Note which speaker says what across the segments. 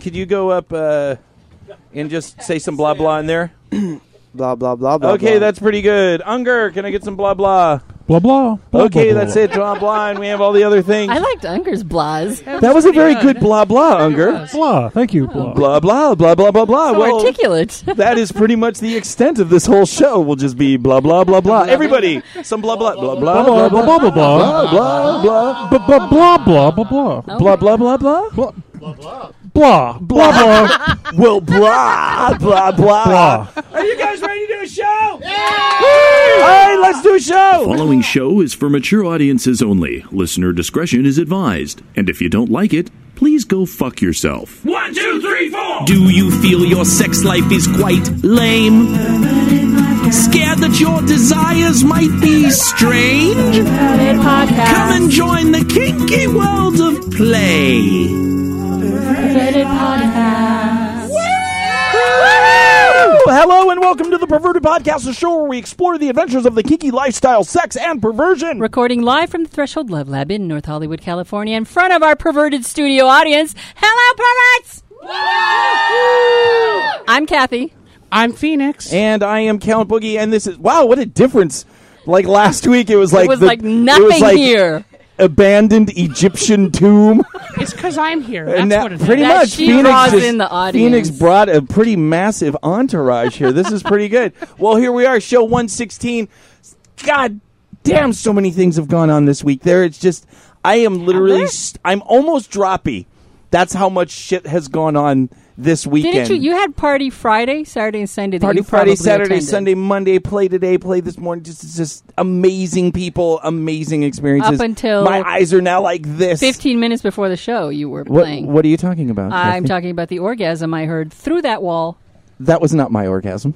Speaker 1: Could you go up uh, and just say some blah blah in there?
Speaker 2: Blah blah blah blah.
Speaker 1: Okay,
Speaker 2: blah.
Speaker 1: that's pretty good. Unger, can I get some blah blah?
Speaker 3: Blah blah. blah
Speaker 1: Okay,
Speaker 3: blah,
Speaker 1: that's
Speaker 3: blah.
Speaker 1: it. Blah blah, and we have all the other things.
Speaker 4: I liked Unger's blahs.
Speaker 1: that was a very good blah blah, Unger.
Speaker 3: Blah. Thank you. Blah.
Speaker 1: Blah blah blah blah blah blah.
Speaker 4: So
Speaker 1: well,
Speaker 4: articulate.
Speaker 1: that is pretty much the extent of this whole show. Will just be blah blah blah blah. Everybody, some blah blah blah blah
Speaker 3: Blah
Speaker 1: blah
Speaker 3: blah
Speaker 1: blah
Speaker 3: blah blah blah
Speaker 1: blah blah
Speaker 3: blah blah blah blah blah blah
Speaker 1: blah blah blah blah.
Speaker 3: blah blah blah
Speaker 1: Well, blah blah blah.
Speaker 3: blah.
Speaker 1: Are you guys ready to do a show? All right, let's do a show.
Speaker 5: Following show is for mature audiences only. Listener discretion is advised. And if you don't like it, please go fuck yourself.
Speaker 6: One, two, three, four.
Speaker 7: Do you feel your sex life is quite lame? Scared that your desires might be strange? Come and join the kinky world of play.
Speaker 1: Hello and welcome to the Perverted Podcast, the show where we explore the adventures of the kinky lifestyle, sex, and perversion.
Speaker 4: Recording live from the Threshold Love Lab in North Hollywood, California, in front of our perverted studio audience. Hello, perverts! I'm Kathy.
Speaker 8: I'm Phoenix.
Speaker 1: And I am Count Boogie, and this is wow, what a difference! Like last week, it was like
Speaker 4: it was
Speaker 1: the-
Speaker 4: like
Speaker 1: it was
Speaker 4: nothing
Speaker 1: like
Speaker 4: here.
Speaker 1: Abandoned Egyptian tomb.
Speaker 8: It's because I'm here.
Speaker 1: And
Speaker 8: That's
Speaker 1: that-
Speaker 8: what it is.
Speaker 1: pretty
Speaker 4: That
Speaker 1: much
Speaker 4: she
Speaker 1: Phoenix
Speaker 4: draws
Speaker 1: just-
Speaker 4: in the audience.
Speaker 1: Phoenix brought a pretty massive entourage here. This is pretty good. Well, here we are, show one sixteen. God damn, so many things have gone on this week. There, it's just I am literally st- I'm almost droppy. That's how much shit has gone on this weekend.
Speaker 4: Didn't you? You had party Friday, Saturday, and Sunday. That
Speaker 1: Party
Speaker 4: you
Speaker 1: Friday,
Speaker 4: probably
Speaker 1: Saturday,
Speaker 4: attended.
Speaker 1: Sunday, Monday, play today, play this morning. Just it's just amazing people, amazing experiences.
Speaker 4: Up until-
Speaker 1: my eyes are now like this.
Speaker 4: Fifteen minutes before the show, you were
Speaker 1: What,
Speaker 4: playing.
Speaker 1: what are you talking about?
Speaker 4: I'm
Speaker 1: Kathy?
Speaker 4: talking about the orgasm I heard through that wall.
Speaker 1: That was not my orgasm.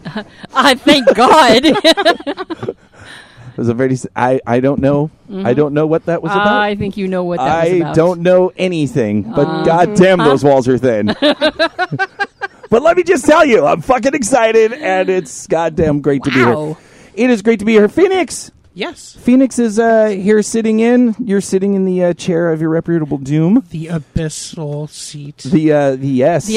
Speaker 4: I thank God.
Speaker 1: It was a very. s- I I don't know. I don't know what that was about.
Speaker 4: Mm-hmm. I think you know what that
Speaker 1: I
Speaker 4: was about. Uh.
Speaker 1: don't know anything. But goddamn, those walls are thin. but let me just tell you, I'm fucking excited, and it's goddamn great to be here.
Speaker 4: Wow.
Speaker 1: It is great to be here, Phoenix.
Speaker 8: Yes.
Speaker 1: Phoenix is uh, here sitting in. You're sitting in the uh, chair of irreparable doom.
Speaker 8: The abyssal seat.
Speaker 1: The uh, the yes,
Speaker 4: The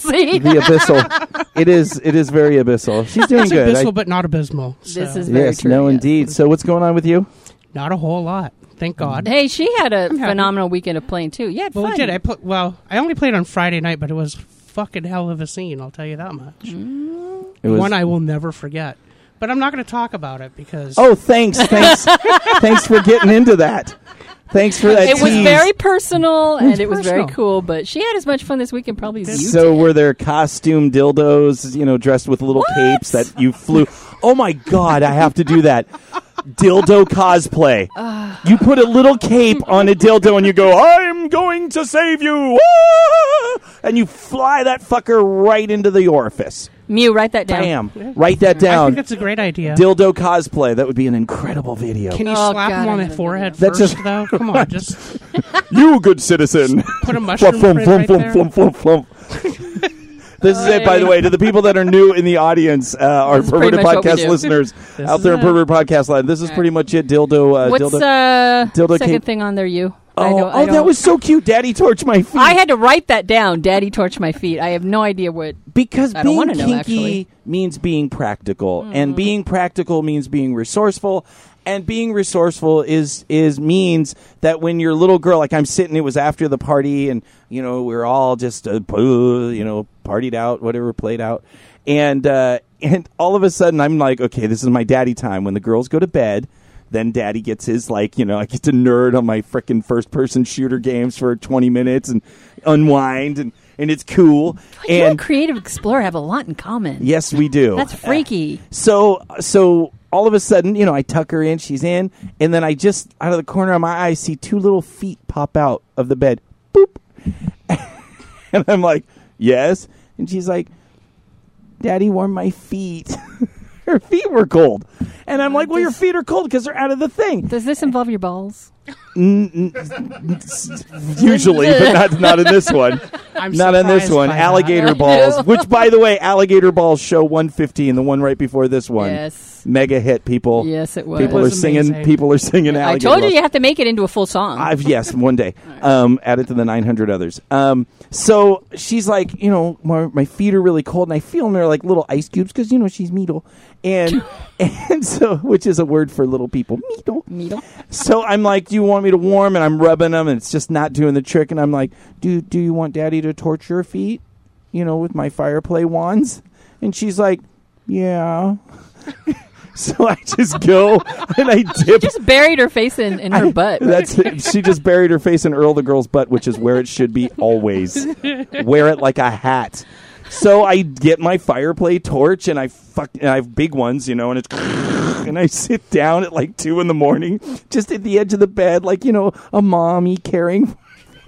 Speaker 4: sea.
Speaker 1: The abyssal. it is it is very abyssal. She's doing
Speaker 8: it's
Speaker 1: good. I-
Speaker 8: abyssal, but not abysmal. so
Speaker 4: This is very
Speaker 1: yes,
Speaker 4: true,
Speaker 1: no,
Speaker 4: yes.
Speaker 1: indeed. So what's going on with you?
Speaker 8: not a whole lot. Thank
Speaker 1: Mm-hmm.
Speaker 8: God.
Speaker 4: Hey, she had a
Speaker 8: happy.
Speaker 4: phenomenal weekend of playing too. Yeah,
Speaker 8: well,
Speaker 4: fun.
Speaker 8: we did. I put. Well, I only played on Friday night, but it was fucking hell of a scene. I'll tell you that much.
Speaker 1: It was-
Speaker 8: One I will never forget. But I'm not going to talk about it because
Speaker 1: Oh, thanks, thanks, thanks for getting into that. Thanks for that.
Speaker 4: it was
Speaker 1: tease.
Speaker 4: very personal and it was very
Speaker 8: personal.
Speaker 4: cool. But she had as much fun this weekend probably as you.
Speaker 1: So were there costume dildos, you know, dressed with little capes that you flew? Oh my god, I have to do that. Dildo cosplay. You put a little cape on a dildo and you go, "I'm going to save you," Ah! and you fly that fucker right into the orifice.
Speaker 4: Mew, write that down.
Speaker 1: Bam! Write that
Speaker 8: I think
Speaker 1: down.
Speaker 8: that's a great idea.
Speaker 1: Dildo cosplay. That would be an incredible video.
Speaker 8: Can you
Speaker 4: Oh,
Speaker 8: slap
Speaker 4: God,
Speaker 8: him
Speaker 4: I
Speaker 8: on the
Speaker 4: never
Speaker 8: forehead
Speaker 1: did that. That's
Speaker 8: first,
Speaker 1: just-
Speaker 8: though? Come on, just
Speaker 1: You good citizen.
Speaker 8: put a mushroom
Speaker 1: Flump,
Speaker 8: print
Speaker 1: flump,
Speaker 8: right
Speaker 1: flump,
Speaker 8: there.
Speaker 1: flump, flump, flump. This is it, by the way, to the people that are new in the audience, uh, our
Speaker 4: is pretty
Speaker 1: perverted
Speaker 4: much what we
Speaker 1: podcast
Speaker 4: do.
Speaker 1: listeners out
Speaker 8: is
Speaker 1: there in
Speaker 8: it.
Speaker 1: perverted podcast land. This is pretty much it. Dildo, uh,
Speaker 4: What's
Speaker 1: dildo.
Speaker 4: uh
Speaker 1: dildo
Speaker 4: second
Speaker 1: cape.
Speaker 4: thing on there? You. I
Speaker 1: oh,
Speaker 4: don't, I
Speaker 1: oh, that
Speaker 4: don't-
Speaker 1: was so cute. Daddy torch my feet.
Speaker 4: I had to write that down. Daddy torch my feet. I have no idea what.
Speaker 1: because
Speaker 4: I don't
Speaker 1: being
Speaker 4: wanna know,
Speaker 1: kinky
Speaker 4: actually. Mm.
Speaker 1: means being practical, and being practical means being resourceful, and being resourceful is is means that when your little girl, like I'm sitting, it was after the party, and you know we are all just uh, boo, you know partied out, whatever, played out, and uh, and all of a sudden I'm like, okay, this is my daddy time. When the girls go to bed. Then daddy gets his, like, you know, I get to nerd on my frickin' first person shooter games for 20 minutes and unwind, and, and it's cool.
Speaker 4: you
Speaker 1: and
Speaker 4: and Creative Explorer have a lot in common.
Speaker 1: Yes, we do.
Speaker 4: That's freaky.
Speaker 1: So, so all of a sudden, you know, I tuck her in, she's in, and then I just out of the corner of my eye see two little feet pop out of the bed. Boop. and I'm like, "Yes." And she's like, "Daddy warm my feet." her feet were cold. And I'm like, "Well, your feet are cold cuz they're out of the thing."
Speaker 4: Does this involve your balls?
Speaker 1: N- n- s- usually, but not not in this one.
Speaker 8: I'm
Speaker 1: not in this
Speaker 8: surprised
Speaker 1: one.
Speaker 8: by that.
Speaker 1: Alligator balls, which by the way, alligator balls show 115, the one right before this one.
Speaker 4: Yes.
Speaker 1: mega hit. People,
Speaker 4: Yes, it was.
Speaker 1: People
Speaker 8: It
Speaker 1: are
Speaker 8: was
Speaker 1: singing.
Speaker 8: amazing.
Speaker 1: People are singing.
Speaker 4: I
Speaker 1: Alligator
Speaker 4: told you
Speaker 1: balls.
Speaker 4: you have to make it into a full song.
Speaker 1: I've yes, one day. Um, add it to the nine hundred others. Um, so she's like, you know, my, my feet are really cold, and I feel they're like little ice cubes because you know she's meatle, and and so which is a word for little people, meatle.
Speaker 4: Needle.
Speaker 1: So I'm like, do you want me to warm? And I'm rubbing them, and it's just not doing the trick. And I'm like, do do you want Daddy to torture your feet? You know, with my fire play wands. And she's like, yeah. so I just go and I dip
Speaker 4: Just buried her face in, in her butt.
Speaker 1: that's she just buried her face in Earl the girl's butt, which is where it should be always. Wear it like a hat. So I get my fireplay torch and I fuck and I have big ones, you know, and it's and I sit down at like two in the morning, just at the edge of the bed, like you know, a mommy caring.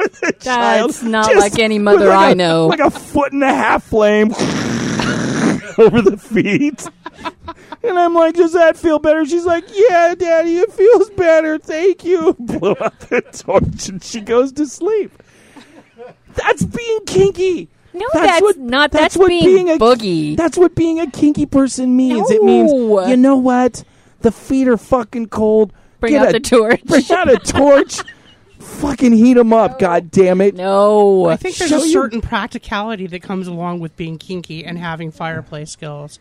Speaker 1: for the child,
Speaker 4: That's not
Speaker 1: just
Speaker 4: like any
Speaker 1: with
Speaker 4: mother
Speaker 1: like
Speaker 4: I
Speaker 1: a-
Speaker 4: know.
Speaker 1: Like a foot and a half flame over the feet. And I'm like, does that feel better? She's like, yeah, daddy, it feels better. Thank you. Blew out the torch and she goes to sleep. That's being kinky.
Speaker 4: No, that's not. That's being boogie.
Speaker 1: That's what being a kinky person means. It
Speaker 4: No.
Speaker 1: means, you know what? The feet are fucking cold.
Speaker 4: Bring
Speaker 1: Get
Speaker 4: out
Speaker 1: a-
Speaker 4: the torch.
Speaker 1: Bring out a torch. fucking heat them up, god damn it.
Speaker 4: no.
Speaker 8: I think there's
Speaker 1: Show
Speaker 8: a
Speaker 1: you-
Speaker 8: certain practicality that comes along with being kinky and having fireplace skills.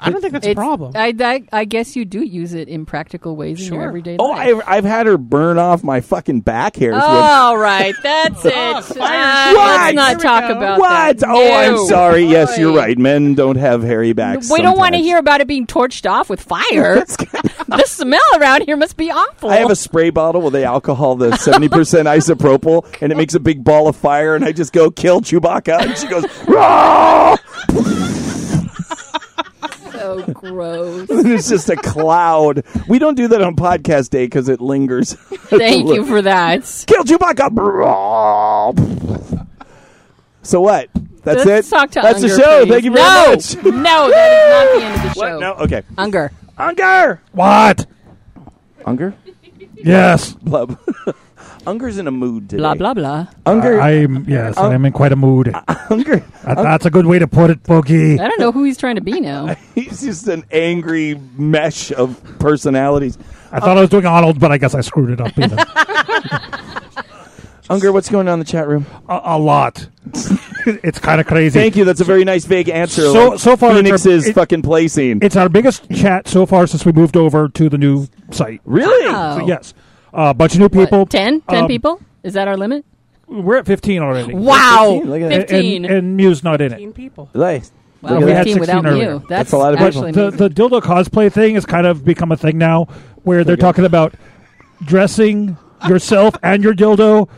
Speaker 8: I don't think that's a
Speaker 4: It's-
Speaker 8: problem.
Speaker 4: I, I, I guess you do use it in practical ways in your
Speaker 8: Sure.
Speaker 4: everyday
Speaker 1: Oh,
Speaker 4: life.
Speaker 1: I've, I've had her burn off my fucking back hairs. with-
Speaker 4: All right, that's it. Uh,
Speaker 1: Oh, What?
Speaker 4: let's not
Speaker 1: Here we
Speaker 4: talk
Speaker 8: go.
Speaker 4: about
Speaker 1: What?
Speaker 4: that.
Speaker 1: Oh, I'm
Speaker 4: No.
Speaker 1: sorry. Yes, you're right. Men don't have hairy
Speaker 4: We
Speaker 1: backs.
Speaker 4: don't want to
Speaker 1: sometimes.
Speaker 4: hear about it being torched off with fire. the smell around here must be awful.
Speaker 1: I have a spray bottle with the alcohol, the 70% isopropyl, and it makes a big ball of fire, and I just go, kill Chewbacca. And she goes, "Rah!"
Speaker 4: so gross.
Speaker 1: and it's just a cloud. We don't do that on podcast day because it lingers.
Speaker 4: Thank you for that.
Speaker 1: Kill Chewbacca. Rah! so what? That's
Speaker 4: Let's
Speaker 1: it?
Speaker 4: talk to
Speaker 1: That's
Speaker 4: Unger,
Speaker 1: the show.
Speaker 4: please.
Speaker 1: Thank you very
Speaker 4: no,
Speaker 1: much.
Speaker 4: No, that is not the end of the show.
Speaker 1: What? No? Okay.
Speaker 4: Unger.
Speaker 1: Unger!
Speaker 3: What?
Speaker 1: Unger?
Speaker 3: Yes.
Speaker 1: Blub. Unger's in a mood today.
Speaker 4: Blah, blah, blah.
Speaker 1: Unger.
Speaker 3: I'm yes, and I'm in quite a mood.
Speaker 1: Uh, Unger.
Speaker 3: That- That's a good way to put it, Boogie.
Speaker 1: uh,
Speaker 4: I don't know who he's trying to be now.
Speaker 1: He's just an angry mesh of personalities.
Speaker 3: I thought I was doing Arnold, but I guess I screwed it up even. a,
Speaker 1: Unger, what's going on in the chat room?
Speaker 3: a lot. it's kind of crazy.
Speaker 1: Thank you. That's a very nice, vague answer.
Speaker 3: So-
Speaker 1: like
Speaker 3: so far,
Speaker 1: Phoenix's
Speaker 3: it's a- it-
Speaker 1: fucking play scene.
Speaker 3: It's our biggest chat so far since we moved over to the new site.
Speaker 1: really?
Speaker 4: Wow.
Speaker 3: So, yes. A bunch of new
Speaker 4: Oh. What,
Speaker 3: people.
Speaker 4: 10? 10
Speaker 3: Um,
Speaker 4: people? Is that our limit?
Speaker 3: We're at 15 already.
Speaker 4: Wow.
Speaker 1: 15, look at that.
Speaker 3: And,
Speaker 4: 15.
Speaker 3: and, and Mew's not in it.
Speaker 8: 15 people.
Speaker 1: Nice.
Speaker 4: Wow,
Speaker 3: Look at that.
Speaker 4: 15
Speaker 3: We had
Speaker 4: without
Speaker 3: 16
Speaker 4: you.
Speaker 3: earlier.
Speaker 4: That's,
Speaker 1: That's a lot of people.
Speaker 4: actually
Speaker 3: The,
Speaker 4: amazing.
Speaker 3: the dildo cosplay thing has kind of become a thing now where they're talking about dressing yourself and your dildo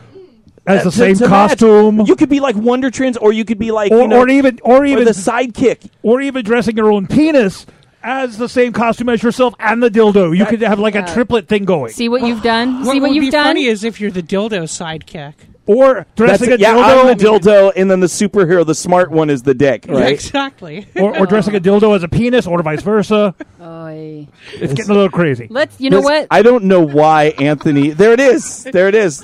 Speaker 3: as the
Speaker 1: To-
Speaker 3: same
Speaker 1: to match.
Speaker 3: costume.
Speaker 1: You could be like Wonder Trends, or you could be like,
Speaker 3: or,
Speaker 1: you know,
Speaker 3: or even or
Speaker 1: or
Speaker 3: even
Speaker 1: the sidekick.
Speaker 3: or even dressing your own penis as the same costume as yourself and the dildo. You could have like a triplet thing going,
Speaker 4: See what you've done?
Speaker 8: What
Speaker 4: See what
Speaker 8: would
Speaker 4: you've
Speaker 8: be
Speaker 4: done?
Speaker 8: funny is if you're the dildo sidekick.
Speaker 3: or
Speaker 1: That's
Speaker 3: dressing a
Speaker 1: it. Yeah,
Speaker 3: dildo,
Speaker 1: I'm the dildo, and then the superhero, the smart one, is the dick, right?
Speaker 8: Exactly.
Speaker 3: or, or dressing a dildo as a penis, or vice versa.
Speaker 4: Oy.
Speaker 3: It's getting a little crazy.
Speaker 4: Let's, you know
Speaker 1: This-
Speaker 4: what?
Speaker 1: I don't know why Anthony. There it is. There it is.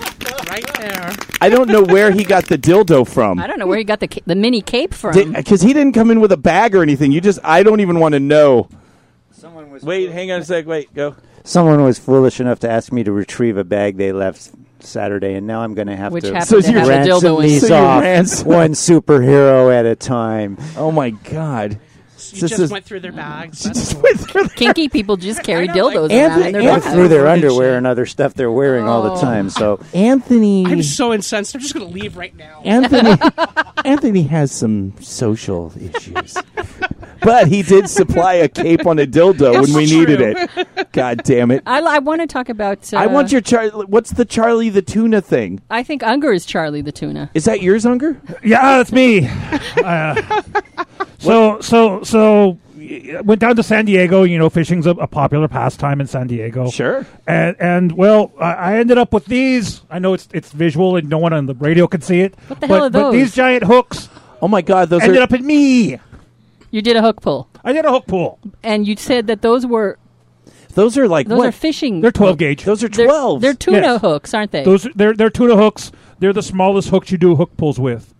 Speaker 8: right there.
Speaker 1: I don't know where he got the dildo from.
Speaker 4: I don't know where he got the ca- the mini cape from.
Speaker 1: because he didn't come in with a bag or anything. You just, I don't even want to know.
Speaker 6: Someone was
Speaker 1: Wait, hang on a sec. Wait, go.
Speaker 6: Someone was foolish enough to ask me to retrieve a bag they left Saturday, and now I'm going to have
Speaker 4: Which
Speaker 6: to
Speaker 4: happened
Speaker 1: So
Speaker 4: to
Speaker 1: you
Speaker 4: have a
Speaker 6: ransom
Speaker 4: dildo in it.
Speaker 6: these
Speaker 1: So you
Speaker 6: off
Speaker 1: ransom-
Speaker 6: one superhero at a time.
Speaker 1: Oh my god.
Speaker 8: You
Speaker 1: This
Speaker 8: just
Speaker 1: is-
Speaker 8: went through their bags. That's cool.
Speaker 4: Kinky people just carry
Speaker 8: I know,
Speaker 4: dildos around
Speaker 8: like-
Speaker 4: Oh.
Speaker 1: Anthony-
Speaker 4: in their
Speaker 1: Yeah.
Speaker 6: Or
Speaker 1: Anthony-
Speaker 4: backpack.
Speaker 6: through their
Speaker 8: Oh.
Speaker 6: underwear and other stuff they're wearing all the time. So
Speaker 1: Anthony
Speaker 8: I'm so incensed. I'm just going to leave right now.
Speaker 1: Anthony Anthony has some social issues. but he did supply a cape on a dildo when we
Speaker 8: true.
Speaker 1: needed it. God damn it.
Speaker 4: I, I want to talk about. Uh,
Speaker 1: I want your Char- what's the Charlie the tuna thing?
Speaker 4: I think Unger is Charlie the tuna.
Speaker 1: Is that yours, Unger?
Speaker 3: Yeah, ah, that's me. Uh, so so so y- went down to San Diego. You know, fishing's a, a popular pastime in San Diego.
Speaker 1: Sure.
Speaker 3: And and well, I, I ended up with these. I know it's it's visual and no one on the radio can see it. What
Speaker 4: the
Speaker 3: but,
Speaker 4: hell are
Speaker 3: But
Speaker 4: those?
Speaker 3: these giant hooks
Speaker 1: Oh my god, those
Speaker 3: ended
Speaker 1: are
Speaker 3: up in me.
Speaker 4: You did a hook pull,
Speaker 3: I did a hook pull.
Speaker 4: and you said that those were
Speaker 1: Those are like
Speaker 4: Those
Speaker 1: what?
Speaker 4: are fishing.
Speaker 3: They're twelve gauge.
Speaker 1: Those are
Speaker 4: They're,
Speaker 1: 12s.
Speaker 4: they're tuna
Speaker 3: Yes.
Speaker 4: hooks, aren't they?
Speaker 3: Those they're they're tuna hooks. They're the smallest hooks you do hook pulls with.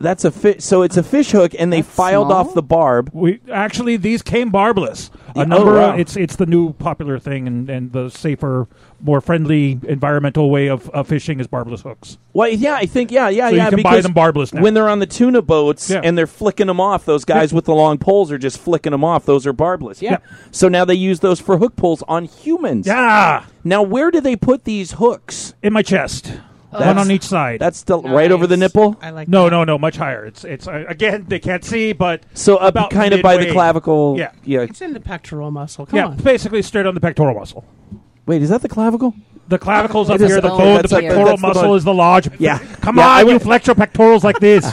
Speaker 1: That's a fish. So it's a fish hook, and they
Speaker 4: That's
Speaker 1: filed
Speaker 4: small.
Speaker 1: off the barb.
Speaker 3: We actually these came barbless.
Speaker 1: Oh,
Speaker 3: A number
Speaker 1: wow.
Speaker 3: it's it's the new popular thing and, and the safer, more friendly environmental way of, of fishing is barbless hooks.
Speaker 1: Well, yeah, I think yeah, yeah,
Speaker 3: So you
Speaker 1: yeah.
Speaker 3: can buy
Speaker 1: because
Speaker 3: them barbless now.
Speaker 1: when they're on the tuna boats
Speaker 3: Yeah.
Speaker 1: and they're flicking them off. Those guys with the long poles are just flicking them off. Those are barbless. Yeah.
Speaker 3: Yeah.
Speaker 1: So now they use those for hook poles on humans.
Speaker 3: Yeah.
Speaker 1: Now where do they put these hooks?
Speaker 3: In my chest. One
Speaker 1: Oh, That's-
Speaker 3: on each side.
Speaker 1: That's still right over the
Speaker 8: Nice.
Speaker 1: nipple.
Speaker 8: I like
Speaker 3: no,
Speaker 8: that.
Speaker 3: no, no, much higher. It's it's uh, again they can't see, but
Speaker 1: So up
Speaker 3: about
Speaker 1: kind of by the
Speaker 3: midway.
Speaker 1: clavicle.
Speaker 3: Yeah.
Speaker 1: Yeah.
Speaker 8: It's in the pectoral muscle. Come
Speaker 3: yeah,
Speaker 8: on.
Speaker 3: basically straight on the pectoral muscle.
Speaker 1: Wait, is that the clavicle?
Speaker 3: The clavicles up
Speaker 1: It is-
Speaker 3: here, the
Speaker 4: oh,
Speaker 3: bone, the
Speaker 4: that's like-
Speaker 3: pectoral
Speaker 1: that's the
Speaker 3: muscle
Speaker 1: bone.
Speaker 3: is the large.
Speaker 1: Yeah.
Speaker 3: come
Speaker 1: Yeah, I
Speaker 3: on, you
Speaker 1: went-
Speaker 3: flex your pectorals like this.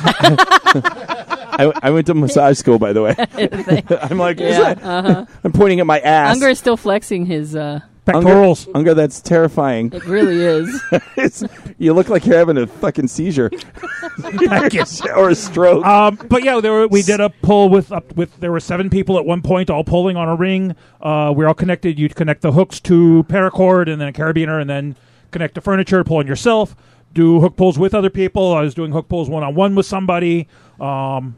Speaker 1: I, I went to massage school, by the way. I'm like, is
Speaker 4: Yeah, uh-huh.
Speaker 1: that- I'm pointing at my ass.
Speaker 4: Unger is still flexing his. Uh,
Speaker 3: pectorals.
Speaker 1: Unger, that's terrifying.
Speaker 4: it really is.
Speaker 1: It's, you look like you're having a fucking seizure
Speaker 3: Thank you.
Speaker 1: or a stroke.
Speaker 3: Um, but yeah, there were, we did a pull with up with there were seven people at one point, all pulling on a ring. Uh, we are all connected. You'd connect the hooks to paracord and then a carabiner, and then connect to furniture, pull on yourself, do hook pulls with other people. I was doing hook pulls one on one with somebody. Um,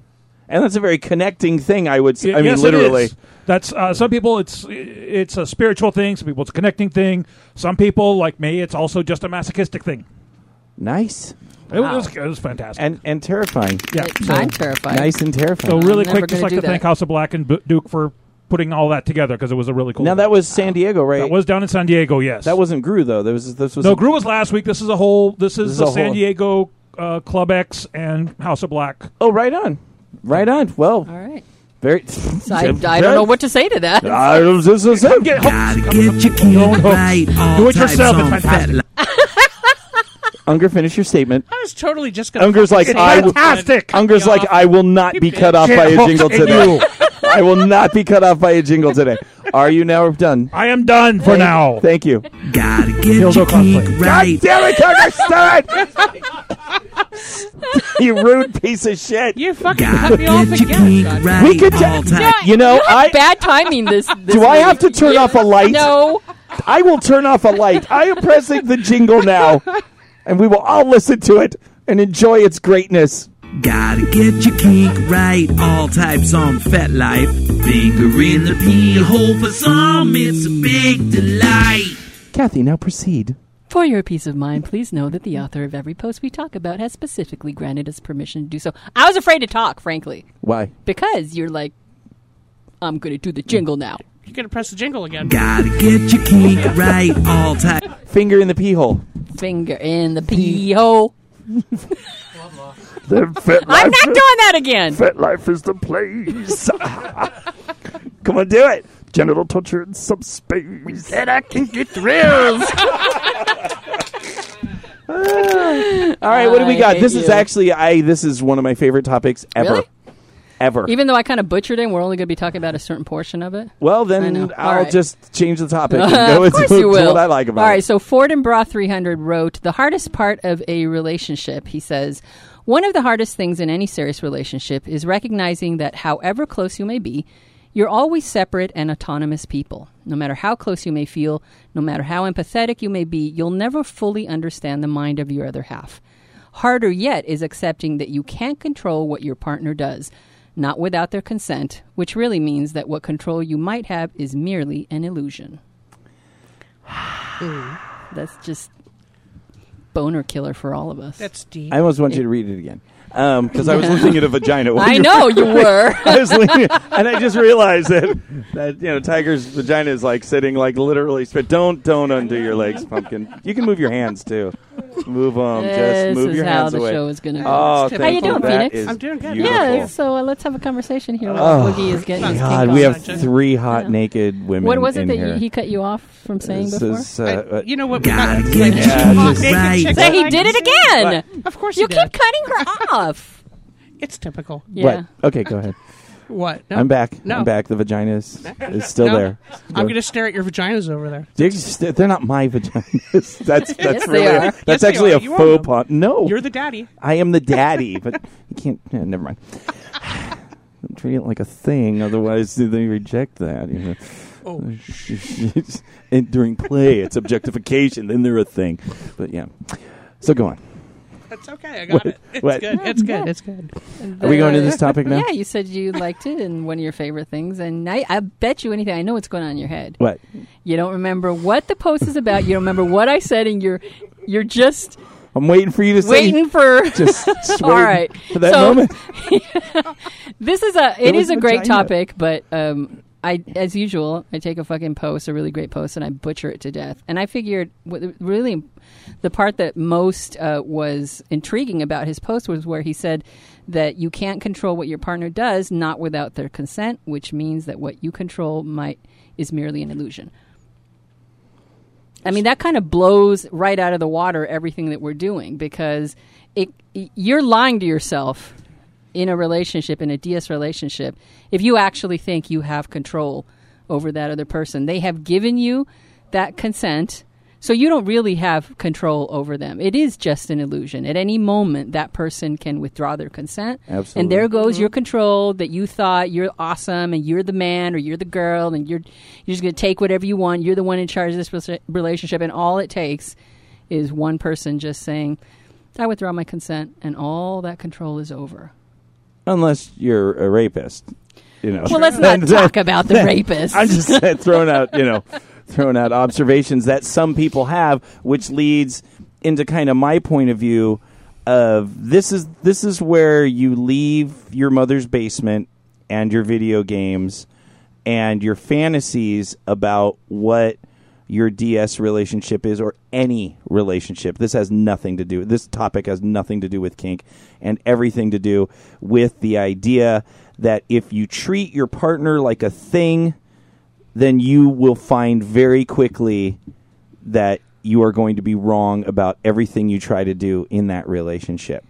Speaker 1: and that's a very connecting thing, I would say. I
Speaker 3: y-
Speaker 1: mean,
Speaker 3: yes, it
Speaker 1: literally.
Speaker 3: is. That's uh, some people. It's it's a spiritual thing. Some people it's a connecting thing. Some people like me, it's also just a masochistic thing.
Speaker 1: Nice.
Speaker 3: It, was, it was fantastic.
Speaker 1: And, and terrifying.
Speaker 3: yeah, so-
Speaker 4: I'm terrified.
Speaker 1: Nice and terrifying.
Speaker 3: So really
Speaker 4: I'm never
Speaker 3: quick, just
Speaker 4: gonna
Speaker 3: like
Speaker 4: do
Speaker 3: to
Speaker 4: that.
Speaker 3: thank House of Black and B- Duke for putting all that together because it was a really cool.
Speaker 1: now,
Speaker 3: event.
Speaker 1: that was San Diego, right?
Speaker 3: that was down in San Diego. Yes,
Speaker 1: That wasn't Gru, though. There was, this was
Speaker 3: no. Gru was last week. This is a whole. This is
Speaker 1: is
Speaker 3: the
Speaker 1: a
Speaker 3: San
Speaker 1: whole-
Speaker 3: Diego uh, Club X and House of Black.
Speaker 1: Oh, right on. Right on. Well,
Speaker 4: All right.
Speaker 1: very.
Speaker 4: So I, I don't know what to say to that.
Speaker 1: I don't- this is-
Speaker 3: Get
Speaker 7: Gotta get your kid
Speaker 3: Own hooks.
Speaker 7: right.
Speaker 1: Oh,
Speaker 7: All
Speaker 3: Do it
Speaker 7: types
Speaker 3: yourself, it's
Speaker 7: on
Speaker 3: fantastic.
Speaker 7: fat
Speaker 1: Unger, finish your statement.
Speaker 8: I was totally just going
Speaker 1: Unger's like
Speaker 3: It's
Speaker 1: I will,
Speaker 3: fantastic.
Speaker 1: Unger's
Speaker 8: Yeah.
Speaker 1: like I will not be cut off by a
Speaker 3: Shit,
Speaker 1: jingle
Speaker 3: and
Speaker 1: today.
Speaker 3: you.
Speaker 1: I will not be cut off by a jingle today. Are you now done?
Speaker 3: I am done for now.
Speaker 1: Thank you.
Speaker 7: Gotta get
Speaker 3: Dildo
Speaker 7: your
Speaker 3: cosplay.
Speaker 7: kid right.
Speaker 1: Damn it, Unger, stop it! you rude piece of shit.
Speaker 8: You fucking
Speaker 7: Gotta
Speaker 8: cut me off
Speaker 7: get your
Speaker 8: again.
Speaker 7: kid
Speaker 8: God.
Speaker 7: right.
Speaker 1: We could
Speaker 7: all
Speaker 1: ta-
Speaker 7: types.
Speaker 1: You know, I
Speaker 4: Bad timing. This. this
Speaker 1: do. I
Speaker 4: week.
Speaker 1: have to turn off a light.
Speaker 4: No.
Speaker 1: I will turn off a light. I am pressing the jingle now, and we will all listen to it and enjoy its greatness.
Speaker 7: Gotta get your kink right, all types on Fat Life. Finger in the pee hole for some, it's a big delight.
Speaker 1: Kathy, now proceed.
Speaker 4: For your peace of mind, please know that the author of every post we talk about has specifically granted us permission to do so. I was afraid to talk, frankly,
Speaker 1: Why?
Speaker 4: because you're like, I'm going to do the jingle now.
Speaker 8: You're going to press the jingle again.
Speaker 7: Gotta get your kink right, all types.
Speaker 1: Finger in the pee hole.
Speaker 4: Finger in the pee hole.
Speaker 1: The Fet
Speaker 4: I'm
Speaker 1: Life-
Speaker 4: not doing that again.
Speaker 1: FetLife is the place. Come on, do it. Genital torture in subspace. We said I can get thrills. All right, what do we
Speaker 4: I
Speaker 1: got?
Speaker 4: hate
Speaker 1: This is
Speaker 4: you.
Speaker 1: actually I. This is one of my favorite topics ever,
Speaker 4: Really?
Speaker 1: ever.
Speaker 4: Even though I kind of butchered it, and we're only going to be talking about a certain portion of it.
Speaker 1: well,
Speaker 4: I
Speaker 1: then
Speaker 4: know.
Speaker 1: I'll
Speaker 4: All right.
Speaker 1: just change the topic. and go
Speaker 4: of
Speaker 1: into
Speaker 4: course you
Speaker 1: to
Speaker 4: will.
Speaker 1: What I like about
Speaker 4: All right,
Speaker 1: it.
Speaker 4: so Ford and Bra 300 wrote The hardest part of a relationship, he says, one of the hardest things in any serious relationship is recognizing that however close you may be, you're always separate and autonomous people. No matter how close you may feel, no matter how empathetic you may be, you'll never fully understand the mind of your other half. Harder yet is accepting that you can't control what your partner does, not without their consent, which really means that what control you might have is merely an illusion. That's just boner killer for all of us.
Speaker 8: That's deep.
Speaker 1: I almost want you to read it again because I was looking at a vagina. while
Speaker 4: I
Speaker 1: you were-
Speaker 4: know you were.
Speaker 1: I was leaning, and I just realized that that you know Tiger's vagina is like sitting like literally. But don't don't undo your legs, pumpkin. You can move your hands too. Move them.
Speaker 4: this
Speaker 1: just move
Speaker 4: is
Speaker 1: your
Speaker 4: how
Speaker 1: hands
Speaker 4: the
Speaker 1: away.
Speaker 4: show is going to go.
Speaker 1: Oh,
Speaker 8: How
Speaker 1: thank
Speaker 4: you doing,
Speaker 1: That
Speaker 4: Phoenix?
Speaker 1: is
Speaker 8: I'm doing good.
Speaker 1: beautiful.
Speaker 4: yeah, so uh, let's have a conversation here
Speaker 1: Oh,
Speaker 4: while Woogie is getting his
Speaker 1: God,
Speaker 4: kink
Speaker 1: we
Speaker 4: on.
Speaker 1: have three hot naked women.
Speaker 4: What was it
Speaker 1: in
Speaker 4: that
Speaker 1: here.
Speaker 4: you, he cut you off from saying
Speaker 1: This
Speaker 4: before?
Speaker 1: is, uh,
Speaker 8: I-
Speaker 1: uh,
Speaker 8: you know what?
Speaker 7: Gotta
Speaker 8: Not-
Speaker 7: get
Speaker 8: Yeah,
Speaker 7: your
Speaker 8: just- naked
Speaker 7: kink right.
Speaker 8: chicks.
Speaker 4: so he did it again.
Speaker 8: Of course
Speaker 4: You
Speaker 8: you
Speaker 4: keep
Speaker 8: did.
Speaker 4: cutting her off.
Speaker 8: It's typical.
Speaker 4: Yeah.
Speaker 1: What? Okay, go ahead.
Speaker 8: What? No.
Speaker 1: I'm back.
Speaker 8: No.
Speaker 1: I'm back. The vagina is, is still
Speaker 8: No.
Speaker 1: there.
Speaker 8: I'm going to stare at your vaginas over there.
Speaker 1: They're, just, they're not my vaginas. That's that's
Speaker 4: Yes, they
Speaker 1: really
Speaker 4: are.
Speaker 1: that's
Speaker 8: Yes, they
Speaker 1: actually
Speaker 8: are.
Speaker 1: a
Speaker 8: You own
Speaker 1: faux
Speaker 8: them.
Speaker 1: pas. No,
Speaker 8: You're the daddy.
Speaker 1: I am the daddy, but you can't. yeah, never mind. Don't treat it like a thing, otherwise they reject that. you know.
Speaker 8: Oh,
Speaker 1: and during play, it's objectification. Then they're a thing. But yeah. So go on.
Speaker 8: that's okay. I got
Speaker 1: What-
Speaker 8: it. It's
Speaker 1: what-
Speaker 8: good. It's
Speaker 4: Yeah.
Speaker 8: good. It's good.
Speaker 1: Are we going to this topic now?
Speaker 4: Yeah, you said you liked it and one of your favorite things, and I, I bet you anything. I know what's going on in your head.
Speaker 1: What?
Speaker 4: You don't remember what the post is about. You don't remember what I said, and you're you're just
Speaker 1: I'm waiting for you to say.
Speaker 4: waiting for.
Speaker 1: Just, just
Speaker 4: All
Speaker 1: waiting
Speaker 4: right.
Speaker 1: For that
Speaker 4: So-
Speaker 1: moment.
Speaker 4: This is a it
Speaker 1: was
Speaker 4: is a great
Speaker 1: vagina.
Speaker 4: topic, but um, I as usual I take a fucking post, a really great post, and I butcher it to death. And I figured what, really the part that most uh, was intriguing about his post was where he said that you can't control what your partner does, not without their consent, which means that what you control might is merely an illusion. I mean, that kind of blows right out of the water everything that we're doing because it, you're lying to yourself in a relationship, in a DS relationship, if you actually think you have control over that other person. They have given you that consent, so you don't really have control over them. It is just an illusion. At any moment, that person can withdraw their consent.
Speaker 1: Absolutely.
Speaker 4: And there goes your control that you thought you're awesome and you're the man or you're the girl and you're, you're just going to take whatever you want. You're the one in charge of this rela- relationship. And all it takes is one person just saying, I withdraw my consent, and all that control is over.
Speaker 1: Unless you're a rapist. You know. uh,
Speaker 4: Well, let's not talk about the rapist.
Speaker 1: I'm just uh, throwing out, you know, throwing out observations that some people have, which leads into kind of my point of view of this is this is where you leave your mother's basement and your video games and your fantasies about what your DS relationship is or any relationship. This has nothing to do. This topic has nothing to do with kink and everything to do with the idea that if you treat your partner like a thing, then you will find very quickly that you are going to be wrong about everything you try to do in that relationship.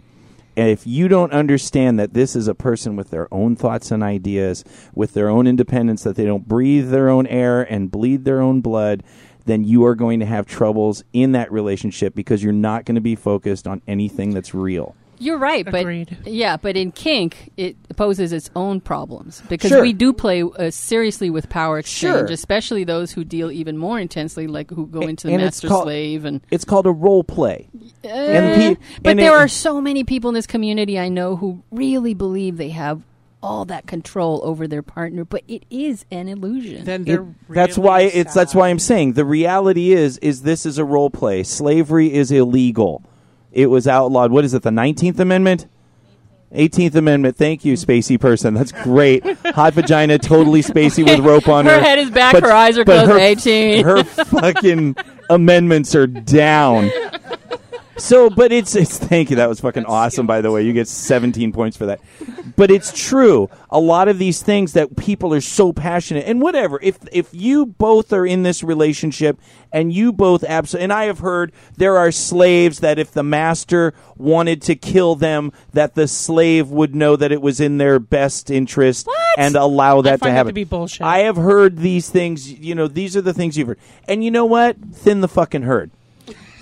Speaker 1: And if you don't understand that this is a person with their own thoughts and ideas, with their own independence, that they don't breathe their own air and bleed their own blood, then you are going to have troubles in that relationship because you're not going to be focused on anything that's real.
Speaker 4: You're right, but
Speaker 8: Agreed.
Speaker 4: yeah, but in kink, it poses its own problems because
Speaker 1: Sure.
Speaker 4: we do play uh, seriously with power exchange,
Speaker 1: Sure.
Speaker 4: especially those who deal even more intensely, like who go into the
Speaker 1: and it's
Speaker 4: master
Speaker 1: called-
Speaker 4: slave and.
Speaker 1: It's called a role play.
Speaker 4: Eh,
Speaker 1: and pe-
Speaker 4: but
Speaker 1: and
Speaker 4: there
Speaker 1: it-
Speaker 4: are so many people in this community I know who really believe they have all that control over their partner, but it is an illusion.
Speaker 8: Then
Speaker 1: It-
Speaker 8: they're
Speaker 1: that's
Speaker 8: really
Speaker 1: why it's that's
Speaker 8: sad.
Speaker 1: why I'm saying the reality is is this is a role play. Slavery is illegal. It was outlawed. What is it? The Nineteenth Amendment. 18th Amendment. Thank you, spacey person. That's great. Hot vagina, totally spacey with rope on her.
Speaker 4: Her head is back, her eyes are
Speaker 1: but
Speaker 4: closed.
Speaker 1: her-
Speaker 4: 18.
Speaker 1: Her fucking amendments are down. So, but it's it's thank you. That was fucking awesome, by the way. You get 17 points for that. But it's true. A lot of these things that people are so passionate and whatever. If if you both are in this relationship and you both abs and I have heard there are slaves that if the master wanted to kill them, that the slave would know that it was in their best interest and allow that
Speaker 8: find
Speaker 1: to
Speaker 8: that
Speaker 1: happen.
Speaker 8: to be bullshit.
Speaker 1: I have heard these things. You know, these are the things you've heard. And you know what? Thin the fucking herd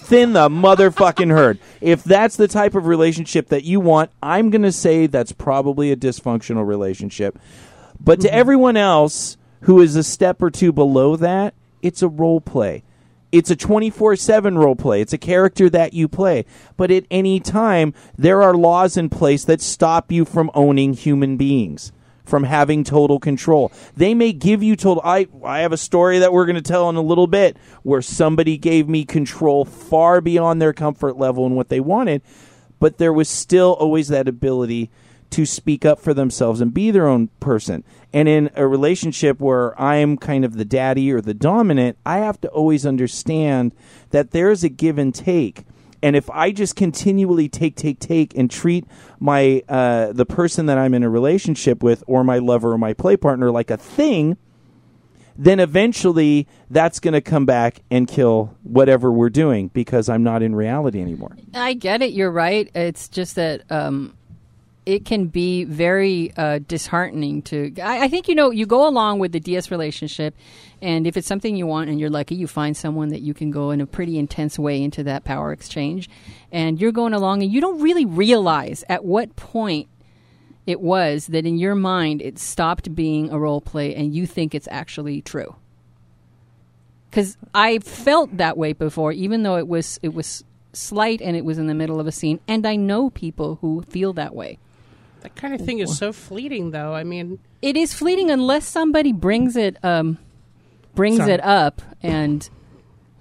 Speaker 1: thin the motherfucking herd. If that's the type of relationship that you want, I'm going to say that's probably a dysfunctional relationship. But to everyone else who is a step or two below that, it's a role play. It's a 24 7 role play. It's a character that you play. But at any time, there are laws in place that stop you from owning human beings from having total control. They may give you total. I I have a story that we're going to tell in a little bit where somebody gave me control far beyond their comfort level and what they wanted, but there was still always that ability to speak up for themselves and be their own person. And in a relationship where I'm kind of the daddy or the dominant, I have to always understand that there's a give and take and if I just continually take, take, take, and treat my uh, the person that I'm in a relationship with, or my lover, or my play partner, like a thing, then eventually that's going to come back and kill whatever we're doing because I'm not in reality anymore.
Speaker 4: I get it. You're right. It's just that um, it can be very uh, disheartening to. I, I think you know you go along with the DS relationship, and if it's something you want and you're lucky, you find someone that you can go in a pretty intense way into that power exchange, and you're going along and you don't really realize at what point it was that in your mind it stopped being a role play and you think it's actually true. because I felt that way before, even though it was it was slight and it was in the middle of a scene, and I know people who feel that way.
Speaker 8: That kind of thing is so fleeting, though. I mean,
Speaker 4: It is fleeting unless somebody brings it um, brings
Speaker 8: Sorry.
Speaker 4: it up. And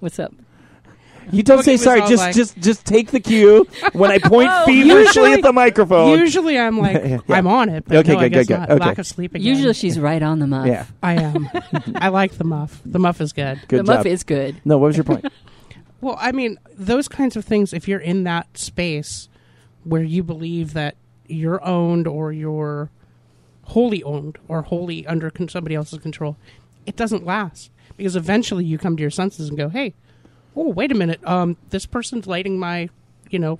Speaker 4: what's up?
Speaker 1: You don't
Speaker 8: Look, it
Speaker 1: say
Speaker 8: was
Speaker 1: sorry.
Speaker 8: all
Speaker 1: Just,
Speaker 8: like-
Speaker 1: just, just take the cue when I point
Speaker 4: Whoa.
Speaker 1: feverishly
Speaker 8: Usually-
Speaker 1: at the microphone.
Speaker 8: usually I'm like,
Speaker 1: Yeah.
Speaker 8: I'm on it, but
Speaker 1: Okay,
Speaker 8: no, I
Speaker 1: good,
Speaker 8: guess
Speaker 1: good, good.
Speaker 8: not.
Speaker 1: Okay.
Speaker 8: Lack of sleep again.
Speaker 4: Usually she's right on the muff.
Speaker 1: yeah,
Speaker 8: I am. I like the muff. The muff is good.
Speaker 1: good
Speaker 4: the
Speaker 1: job.
Speaker 4: muff is good.
Speaker 1: no, what was your point?
Speaker 8: Well, I mean, those kinds of things, if you're in that space where you believe that you're owned or you're wholly owned or wholly under con- somebody else's control, it doesn't last because eventually you come to your senses and go, hey, oh, wait a minute. Um, this person's lighting my, you know,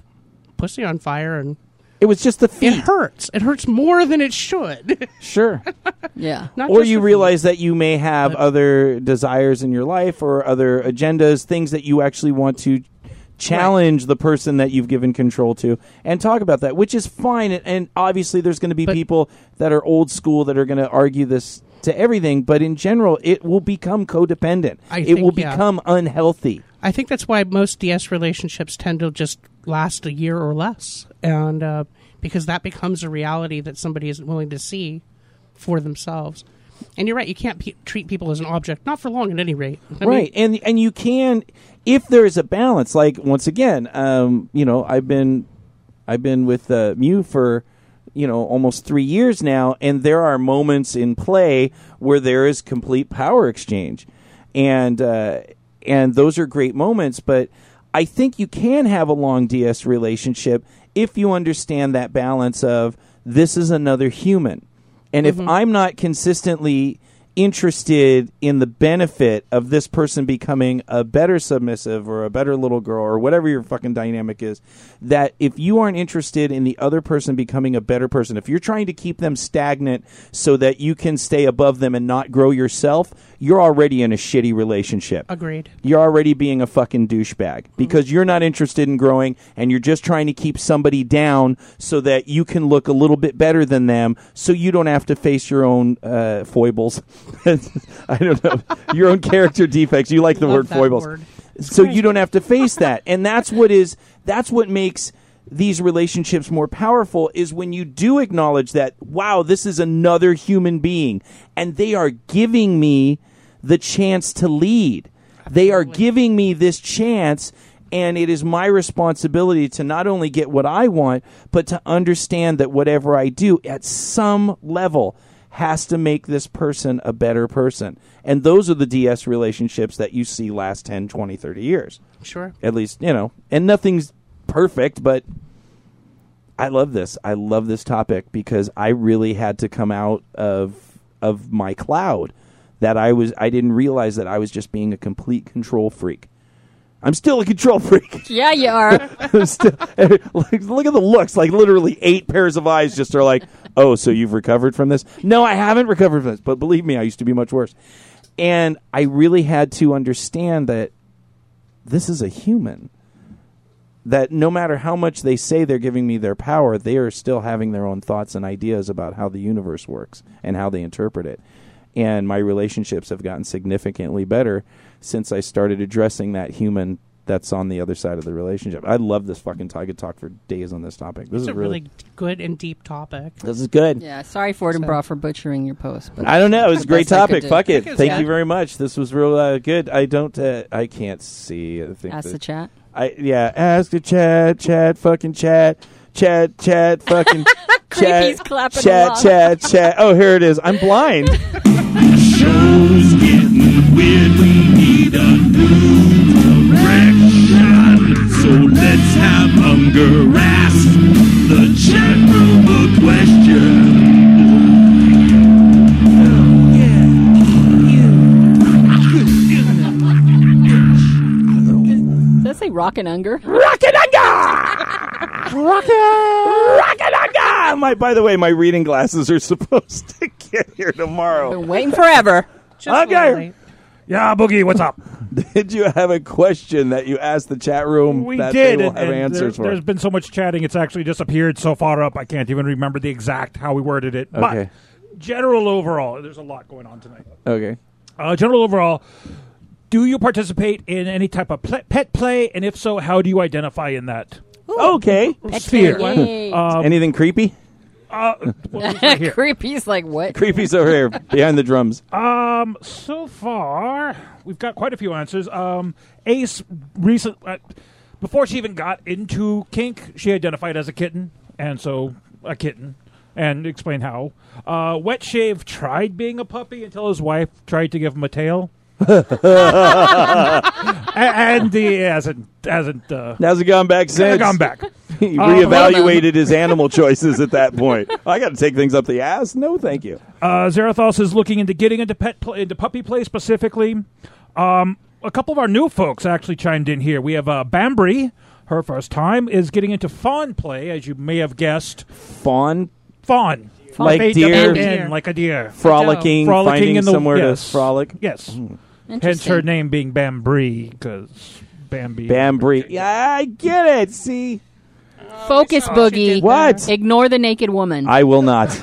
Speaker 8: pussy on fire and
Speaker 1: It was just the
Speaker 8: it
Speaker 1: feet.
Speaker 8: hurts. It hurts more than it should.
Speaker 1: Sure.
Speaker 4: Yeah.
Speaker 8: Not
Speaker 1: or
Speaker 8: just
Speaker 1: you
Speaker 8: the-
Speaker 1: realize that you may have
Speaker 8: But-
Speaker 1: other desires in your life or other agendas, things that you actually want to challenge the person that you've given control to and talk about that, which is fine. And, and obviously, there's going to be
Speaker 8: But-
Speaker 1: people that are old school that are going to argue this to everything, but in general, it will become codependent.
Speaker 8: I
Speaker 1: it
Speaker 8: think,
Speaker 1: will
Speaker 8: yeah.
Speaker 1: become unhealthy.
Speaker 8: I think that's why most DS relationships tend to just last a year or less, and uh, because that becomes a reality that somebody isn't willing to see for themselves. And you're right; you can't pe- treat people as an object, not for long, at any rate. I mean,
Speaker 1: right, and and you can if there is a balance. Like once again, um, you know, I've been I've been with uh, Mew for you know almost three years now, and there are moments in play where there is complete power exchange, and uh, and those are great moments. But I think you can have a long DS relationship if you understand that balance of this is another human. And if I'm not consistently interested in the benefit of this person becoming a better submissive or a better little girl or whatever your fucking dynamic is, that if you aren't interested in the other person becoming a better person, if you're trying to keep them stagnant so that you can stay above them and not grow yourself, you're already in a shitty relationship
Speaker 8: Agreed.
Speaker 1: you're already being a fucking douchebag because you're not interested in growing and you're just trying to keep somebody down so that you can look a little bit better than them so you don't have to face your own uh, foibles. I don't know. your own character defects. You like the
Speaker 8: Love
Speaker 1: word
Speaker 8: that
Speaker 1: foibles
Speaker 8: word.
Speaker 1: so you don't have to face that and that's what is that's what makes these relationships more powerful is when you do acknowledge that wow this is another human being and they are giving me the chance to lead they are giving me this chance and it is my responsibility to not only get what i want but to understand that whatever i do at some level has to make this person a better person. And those are the DS relationships that you see last 10, 20, 30 years.
Speaker 8: Sure.
Speaker 1: At least, you know, and nothing's perfect, but I love this. I love this topic because I really had to come out of of my cloud that I was I didn't realize that I was just being a complete control freak. I'm still a control freak.
Speaker 4: Yeah, you are.
Speaker 1: Still- like, look at the looks. Like literally eight pairs of eyes just are like, oh, so you've recovered from this? No, I haven't recovered from this. But believe me, I used to be much worse. And I really had to understand that this is a human. That no matter how much they say they're giving me their power, they are still having their own thoughts and ideas about how the universe works and how they interpret it. And my relationships have gotten significantly better since I started addressing that human that's on the other side of the relationship. I love this fucking talk. I could talk for days on this topic. This
Speaker 8: It's
Speaker 1: is
Speaker 8: a really good and deep topic.
Speaker 1: this is good.
Speaker 4: yeah. Sorry, Fortinbra, for butchering your post. But
Speaker 1: I don't know. It was a great
Speaker 4: Best I could
Speaker 1: topic.
Speaker 4: do.
Speaker 1: Fuck it.
Speaker 8: It was
Speaker 1: Thank
Speaker 4: good.
Speaker 1: you very much. This was real uh, good. I don't. Uh, I can't see. I think
Speaker 4: ask
Speaker 1: that-
Speaker 4: the chat.
Speaker 1: I yeah, ask a Chad, Chad, fucking Chad, Chad, Chad, fucking Chad,
Speaker 4: Creepy's clapping
Speaker 1: Chad,
Speaker 4: along.
Speaker 1: Chad, Chad. Oh, here it is. I'm blind.
Speaker 5: Show's getting weird. We need a new direction. So let's have Unger ask the chat room a question.
Speaker 4: Does that say Rockin' Unger?
Speaker 1: Rocket Unga! Rocket! Rocket Unga! My, by the way, my reading glasses are supposed to get here tomorrow.
Speaker 4: Been waiting forever.
Speaker 8: Just
Speaker 1: Okay.
Speaker 8: literally.
Speaker 3: Yeah, Boogie, what's up?
Speaker 1: Did you have a question that you asked the chat room
Speaker 3: We
Speaker 1: that
Speaker 3: did.
Speaker 1: they will
Speaker 3: and-
Speaker 1: have
Speaker 3: and
Speaker 1: answers
Speaker 3: there,
Speaker 1: for?
Speaker 3: There's been so much chatting, it's actually disappeared so far up, I can't even remember the exact how we worded it.
Speaker 1: Okay.
Speaker 3: But general overall, there's a lot going on tonight.
Speaker 1: okay.
Speaker 3: Uh, general overall, Do you participate in any type of pl- pet play? And if so, how do you identify in that
Speaker 1: Okay.
Speaker 3: sphere?
Speaker 4: play, yay.
Speaker 3: Um,
Speaker 1: Anything creepy?
Speaker 3: well, it's right here.
Speaker 4: Creepy's like what?
Speaker 1: Creepy's over here behind the drums.
Speaker 3: Um, so far we've got quite a few answers. Um, Ace recent uh, before she even got into kink, she identified as a kitten, and so a kitten, and explained how. Uh, Wet Shave tried being a puppy until his wife tried to give him a tail. A- and he hasn't hasn't uh,
Speaker 1: How's it gone back since?
Speaker 3: gone back. Oh,
Speaker 1: he reevaluated his animal choices at that point. I got to take things up the ass. No, thank you.
Speaker 3: Uh, Zarathos is looking into getting into pet play, into puppy play specifically. Um, a couple of our new folks actually chimed in here. We have uh, Bambry, her first time, is getting into fawn play, as you may have guessed.
Speaker 1: Fawn,
Speaker 3: Fawn,
Speaker 1: Like deer.
Speaker 3: F-A-W-N, like a deer,
Speaker 1: frolicking,
Speaker 3: frolicking
Speaker 1: finding
Speaker 3: in the
Speaker 1: somewhere
Speaker 3: yes.
Speaker 1: to frolic. Hmm.
Speaker 3: Yes, hence
Speaker 4: Interesting.
Speaker 3: her name being Bambry, because Bambi.
Speaker 1: Bambri. Yeah, I get it. See,
Speaker 4: Focus
Speaker 1: Oh,
Speaker 4: boogie.
Speaker 1: What?
Speaker 4: Ignore the naked woman.
Speaker 1: I will not.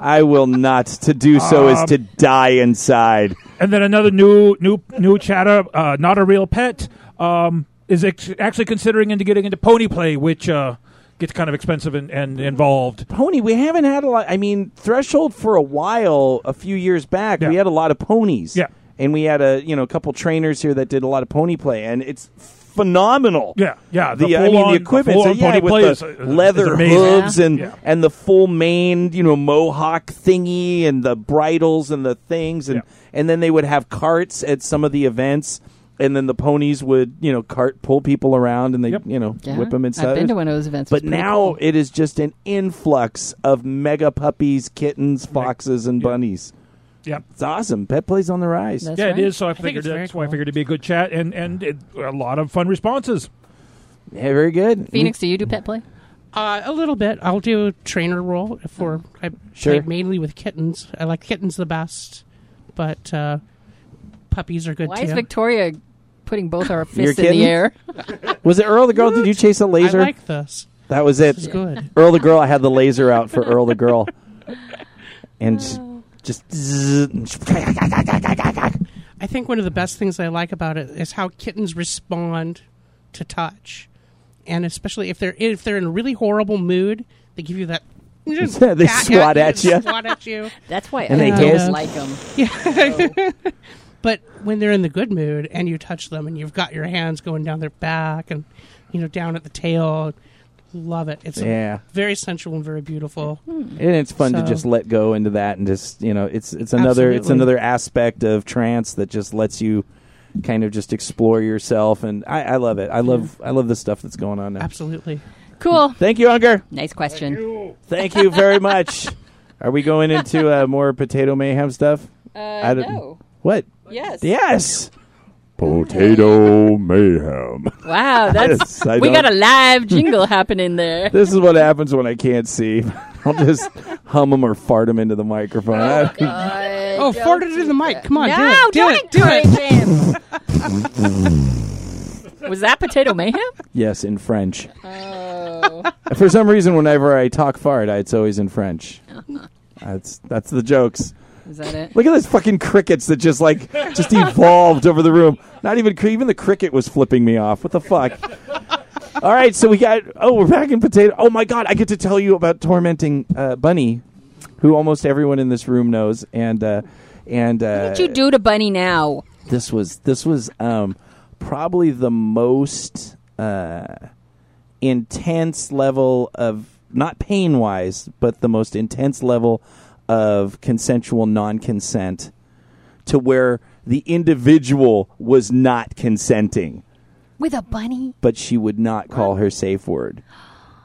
Speaker 1: I will not. To do so is to
Speaker 3: Um,
Speaker 1: die inside.
Speaker 3: And then another new new new chatter, uh, not a real pet, um, is ex- actually considering into getting into pony play, which uh, gets kind of expensive and, and involved.
Speaker 1: Pony. We haven't had a lot. I mean, threshold for a while. A few years back, we
Speaker 3: Yeah.
Speaker 1: had a lot of ponies.
Speaker 3: Yeah.
Speaker 1: and we had a you know a couple trainers here that did a lot of pony play, and it's phenomenal.
Speaker 3: Yeah, yeah.
Speaker 1: the, I mean
Speaker 3: full-on-
Speaker 1: the equipment, so,
Speaker 3: full-on
Speaker 1: yeah,
Speaker 3: pony
Speaker 1: with
Speaker 3: play
Speaker 1: the
Speaker 3: is- is
Speaker 1: leather
Speaker 3: amazing.
Speaker 1: hooves and
Speaker 3: Yeah.
Speaker 1: and the full maned, you know, mohawk thingy and the bridles and the things, and
Speaker 3: Yeah.
Speaker 1: and then they would have carts at some of the events, and then the ponies would you know cart pull people around and they
Speaker 3: Yep.
Speaker 1: you know
Speaker 4: Yeah.
Speaker 1: whip them inside.
Speaker 4: I've been to one of those events.
Speaker 1: but
Speaker 4: It's pretty
Speaker 1: now
Speaker 4: cool.
Speaker 1: it is just an influx of mega puppies, kittens, foxes, and bunnies.
Speaker 3: Yeah,
Speaker 1: It's awesome. Pet plays on the rise.
Speaker 4: That's
Speaker 3: yeah,
Speaker 4: right.
Speaker 3: it is. So I
Speaker 8: think
Speaker 3: figured
Speaker 8: it's very
Speaker 3: that's why I
Speaker 8: cool.
Speaker 3: figured it'd be a good chat and and it, a lot of fun responses.
Speaker 1: Yeah, very good.
Speaker 4: Phoenix, do you do pet play?
Speaker 8: Uh, a little bit. I'll do a trainer role for I
Speaker 1: Sure.
Speaker 8: play mainly with kittens. I like kittens the best, but uh, puppies are good
Speaker 4: Why
Speaker 8: too.
Speaker 4: is Victoria putting both our
Speaker 1: You're
Speaker 4: fists in
Speaker 1: kidding?
Speaker 4: the air?
Speaker 1: Was it Earl the girl? Did you chase a
Speaker 8: I
Speaker 1: laser?
Speaker 8: like this.
Speaker 1: that was it.
Speaker 8: It's good.
Speaker 1: Earl the girl. I had the laser out for Earl the girl, and just-
Speaker 4: Oh.
Speaker 1: just zzz, and sh-
Speaker 8: I think one of the best things I like about it is how kittens respond to touch, and especially if they're if they're in a really horrible mood, they give you that. they
Speaker 1: They swat at ya.
Speaker 8: Swat at you.
Speaker 4: That's why
Speaker 1: And they
Speaker 4: I don't
Speaker 1: hiss.
Speaker 4: like them.
Speaker 8: But when they're in the good mood and you touch them and you've got your hands going down their back and you know down at the tail, love it. It's
Speaker 1: Yeah.
Speaker 8: very sensual and very beautiful.
Speaker 4: Hmm.
Speaker 1: and it's fun to
Speaker 8: So-
Speaker 1: just let go into that, and just you know, it's it's another it's
Speaker 8: Absolutely.
Speaker 1: another aspect of trance that just lets you kind of just explore yourself, and I, I love it. I love I love the stuff that's going on now.
Speaker 8: Absolutely.
Speaker 4: Cool.
Speaker 1: Thank you, Unger.
Speaker 4: Nice question.
Speaker 1: Thank you very much. Are we going into uh, more potato mayhem stuff? I don't- no. What?
Speaker 4: Uh, Yes.
Speaker 1: Yes.
Speaker 5: Potato mayhem.
Speaker 4: Wow. That's
Speaker 1: Yes, I
Speaker 4: we
Speaker 1: don't-
Speaker 4: got a live jingle happening there.
Speaker 1: This is what happens when I can't see. I'll just hum them or fart them into the microphone. I-
Speaker 8: Oh, fart it in the mic. Come on,
Speaker 4: no,
Speaker 8: do it. Do
Speaker 4: don't
Speaker 8: it. Do it.
Speaker 4: encourage him. Was that potato mayhem?
Speaker 1: yes, in French. For some reason, whenever I talk fart, I, it's always in French. That's that's the jokes.
Speaker 4: Is that it?
Speaker 1: Look at those fucking crickets that just like just evolved over the room. Not even cr- even the cricket was flipping me off. What the fuck? All right, so we got oh we're back in potato. Oh my god, I get to tell you about tormenting uh, Bunny, who almost everyone in this room knows, and uh, and uh,
Speaker 4: What you do to Bunny now?
Speaker 1: this was this was um, probably the most uh, intense level of not pain wise, but the most intense level of consensual non consent to where the individual was not consenting,
Speaker 4: With a bunny?
Speaker 1: but she would not call her safe word.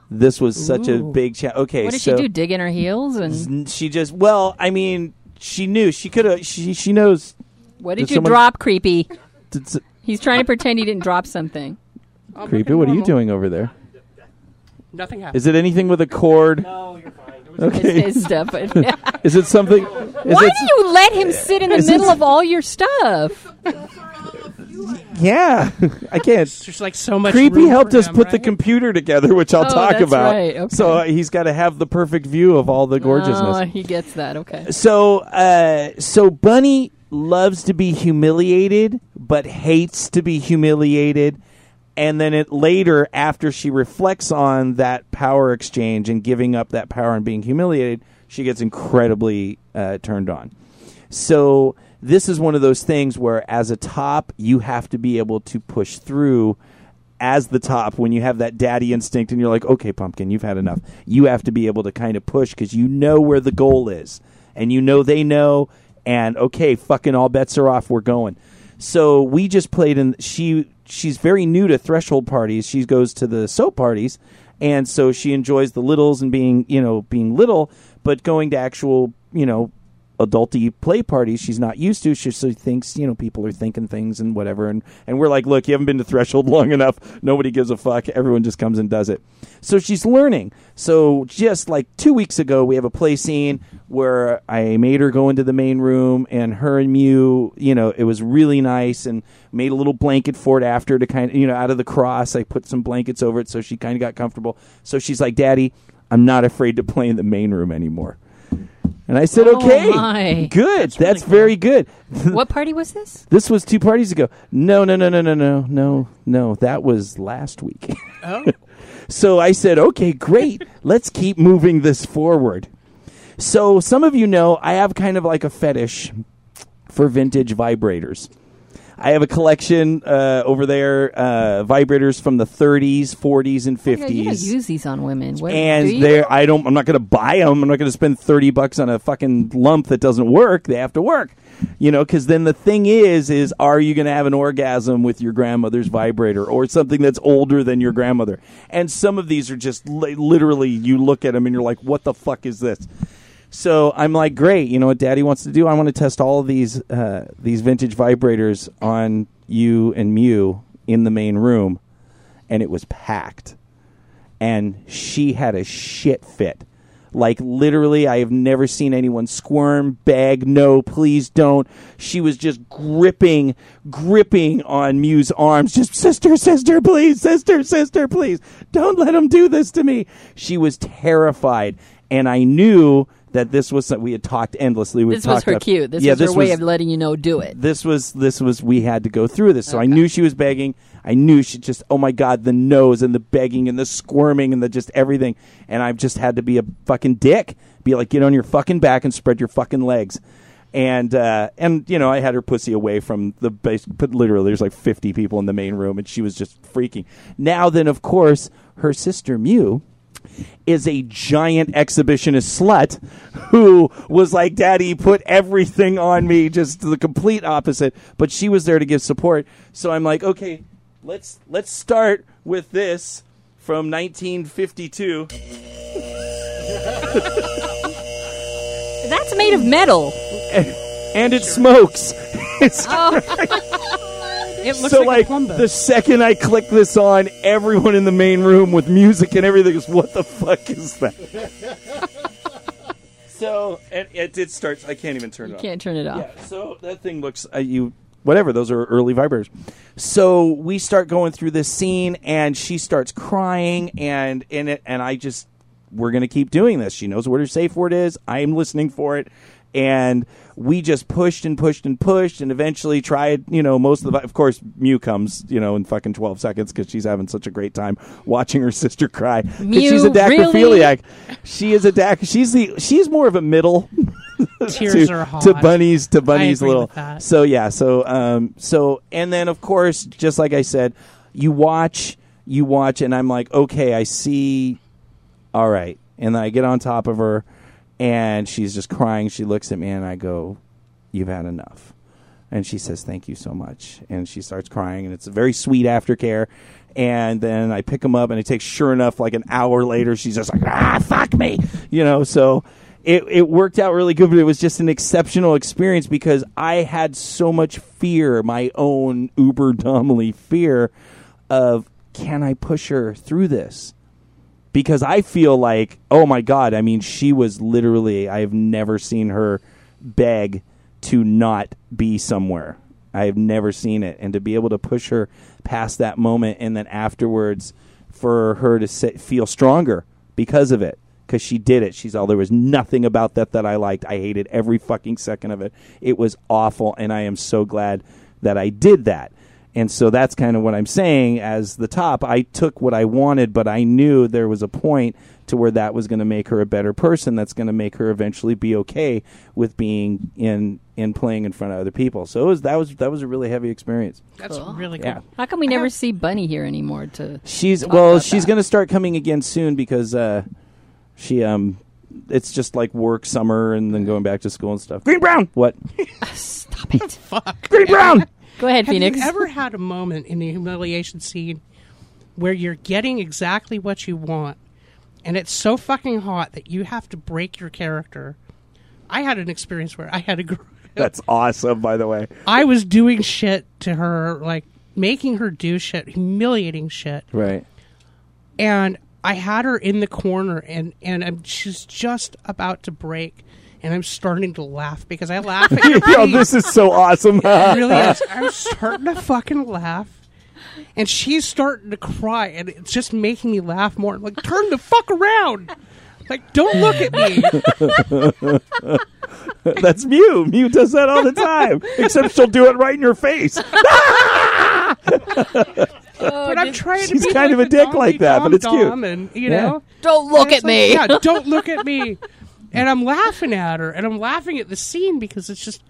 Speaker 1: This was such a
Speaker 8: Ooh.
Speaker 1: big challenge. Okay,
Speaker 4: What did
Speaker 1: so
Speaker 4: she do? Dig in her heels and
Speaker 1: she just well, I mean, she knew she could have. She she knows.
Speaker 4: what
Speaker 1: Did
Speaker 4: did you
Speaker 1: someone-
Speaker 4: drop, creepy?
Speaker 1: It's-
Speaker 4: He's trying to pretend he didn't drop something.
Speaker 1: Creepy, what are you doing over there?
Speaker 8: Nothing happened.
Speaker 1: Is it anything with a cord? Okay.
Speaker 4: It's his stuff. Why
Speaker 1: Is it something? Is it?
Speaker 4: do you let him sit in the
Speaker 1: Is
Speaker 4: middle
Speaker 1: it-
Speaker 4: of all your stuff?
Speaker 1: Yeah, I can't.
Speaker 8: There's like so much.
Speaker 1: Creepy
Speaker 8: room
Speaker 1: helped
Speaker 8: for
Speaker 1: us
Speaker 8: him,
Speaker 1: put the
Speaker 8: right?
Speaker 1: computer together, which I'll
Speaker 4: Oh,
Speaker 1: talk
Speaker 4: that's
Speaker 1: about.
Speaker 4: right, okay.
Speaker 1: So uh, he's got to have the perfect view of all the gorgeousness.
Speaker 4: Oh, he gets that. Okay.
Speaker 1: So, uh, so Bunny loves to be humiliated, but hates to be humiliated. And then it later, after she reflects on that power exchange and giving up that power and being humiliated, she gets incredibly uh, turned on. So this is one of those things where, as a top, you have to be able to push through. As the top, when you have that daddy instinct and you're like, okay, pumpkin, you've had enough. You have to be able to kind of push because you know where the goal is, and you know they know. And okay, fucking all bets are off. We're going. So we just played in. She she's very new to threshold parties. She goes to the soap parties, and so she enjoys the littles and being you know being little, but going to actual you know adulty play parties she's not used to. She so thinks, you know, people are thinking things and whatever. And, and we're like, look, you haven't been to Threshold long enough. Nobody gives a fuck. Everyone just comes and does it. So she's learning. So just like two weeks ago, we have a play scene where I made her go into the main room and her and Mew, you know, it was really nice and made a little blanket for it after to kind of, you know, out of the cross. I put some blankets over it so she kind of got comfortable. So she's like, Daddy, I'm not afraid to play in the main room anymore. And I said,
Speaker 4: Oh,
Speaker 1: okay,
Speaker 4: my.
Speaker 1: good. That's,
Speaker 4: really
Speaker 1: very good.
Speaker 4: what party was this?
Speaker 1: This was two parties ago. No, no, no, no, no, no, no, no. That was last week.
Speaker 8: Oh,
Speaker 1: so I said, okay, great. Let's keep moving this forward. So some of you know I have kind of like a fetish for vintage vibrators. I have a collection uh, over there, uh, vibrators from the 30s, 40s, and 50s
Speaker 4: Oh, Yeah, you don't use these on women. What, do
Speaker 1: and
Speaker 4: you?
Speaker 1: they I don't I'm not going to buy them. I'm not going to spend 30 bucks on a fucking lump that doesn't work. They have to work. You know, cuz then the thing is is are you going to have an orgasm with your grandmother's vibrator or something that's older than your grandmother? And some of these are just li- literally you look at them and you're like what the fuck is this? So I'm like, great. You know what Daddy wants to do? I want to test all of these uh, these vintage vibrators on you and Mew in the main room, and it was packed and she had a shit fit. Like literally, I have never seen anyone squirm, beg, no, please don't. She was just gripping, gripping on Mew's arms, just sister, sister, please, sister, sister, please, don't let him do this to me. She was terrified, and I knew that this was something we had talked endlessly. We
Speaker 4: this was her cue. This
Speaker 1: yeah,
Speaker 4: was her way
Speaker 1: was-
Speaker 4: of letting you know do it.
Speaker 1: this was this was we had to go through this. So I knew she was begging. I knew she just oh my god the nose and the begging and the squirming and the just everything. And I've just had to be a fucking dick. Be like get on your fucking back and spread your fucking legs. And uh, and you know I had her pussy away from the base. But literally there's like 50 people in the main room and she was just freaking. Now then of course her sister Mew is a giant exhibitionist slut who was like, Daddy, put everything on me, just the complete opposite. But she was there to give support. So I'm like, okay, let's let's start with this from 1952.
Speaker 4: That's made of metal.
Speaker 1: And it smokes. It's
Speaker 8: it looks
Speaker 1: so
Speaker 8: like,
Speaker 1: like,
Speaker 8: a Plumbo.
Speaker 1: the second I click this on, everyone in the main room with music and everything is what the fuck is that? so and it, it starts. I can't even turn it
Speaker 4: You
Speaker 1: off.
Speaker 4: can't turn it off.
Speaker 1: Yeah, so that thing looks uh, you whatever those are early vibrators. So we start going through this scene and she starts crying and in it and I just we're going to keep doing this. She knows what her safe word is. I'm listening for it and we just pushed and pushed and pushed and eventually tried, you know, most of the vi- of course Mew comes, you know, in fucking 12 seconds cuz she's having such a great time watching her sister cry 'Cause
Speaker 4: Mew,
Speaker 1: she's a
Speaker 4: really?
Speaker 1: dacrophiliac. She is a dac she's the she's more of a middle
Speaker 8: Tears
Speaker 1: to,
Speaker 8: are hot.
Speaker 1: to bunnies to bunnies
Speaker 8: agree
Speaker 1: little
Speaker 8: with that.
Speaker 1: so yeah so um so and then of course just like i said you watch you watch and i'm like okay i see all right and then i get on top of her and she's just crying she looks at me and i go you've had enough and she says thank you so much and she starts crying and it's a very sweet aftercare and then i pick him up and it takes sure enough like an hour later she's just like ah fuck me you know so it, it worked out really good but it was just an exceptional experience because i had so much fear my own uber dumbly fear of can i push her through this because I feel like, oh my god, I mean, she was literally. I have never seen her beg to not be somewhere. I have never seen it, and to be able to push her past that moment, and then afterwards, for her to sit, feel stronger because of it, because she did it. She's all there was nothing about that that I liked. I hated every fucking second of it. It was awful, and I am so glad that I did that. And so that's kind of what I'm saying. As the top, I took what I wanted, but I knew there was a point to where that was going to make her a better person. That's going to make her eventually be okay with being in in playing in front of other people. So it was that was that was a really heavy experience.
Speaker 8: That's
Speaker 4: Cool.
Speaker 8: really cool.
Speaker 1: Yeah.
Speaker 4: How come we never see Bunny here anymore? To
Speaker 1: She's
Speaker 4: talk
Speaker 1: well,
Speaker 4: about
Speaker 1: she's
Speaker 4: that?
Speaker 1: going to start coming again soon because uh, she um, it's just like work summer and then going back to school and stuff. Green Brown, what?
Speaker 4: stop it.
Speaker 1: Green Brown.
Speaker 4: Go ahead,
Speaker 8: Have
Speaker 4: Phoenix.
Speaker 8: you ever had a moment in the humiliation scene where you're getting exactly what you want, and it's so fucking hot that you have to break your character? I had an experience where I had a girl.
Speaker 1: That's awesome, by the way.
Speaker 8: I was doing shit to her, like making her do shit, humiliating shit,
Speaker 1: Right.
Speaker 8: and I had her in the corner, and and I'm, she's just about to break, and I'm starting to laugh because I laugh at your
Speaker 1: Yo, this is so awesome.
Speaker 8: It really is. I'm starting to fucking laugh. And she's starting to cry, and it's just making me laugh more. I'm like, turn the fuck around. Like, don't look at me.
Speaker 1: That's Mew. Mew does that all the time. Except she'll do it right in your face.
Speaker 8: But I'm trying
Speaker 1: Oh, She's
Speaker 8: to be
Speaker 1: kind
Speaker 8: like
Speaker 1: of a
Speaker 8: the
Speaker 1: dick
Speaker 8: Dom
Speaker 1: like
Speaker 8: Dee
Speaker 1: that,
Speaker 8: Dom
Speaker 1: but it's cute.
Speaker 8: Dom And, you
Speaker 1: Yeah.
Speaker 8: know?
Speaker 4: Don't look
Speaker 8: And
Speaker 4: at
Speaker 8: it's
Speaker 4: me.
Speaker 8: like, yeah, don't look at me. And I'm laughing at her, and I'm laughing at the scene because it's just,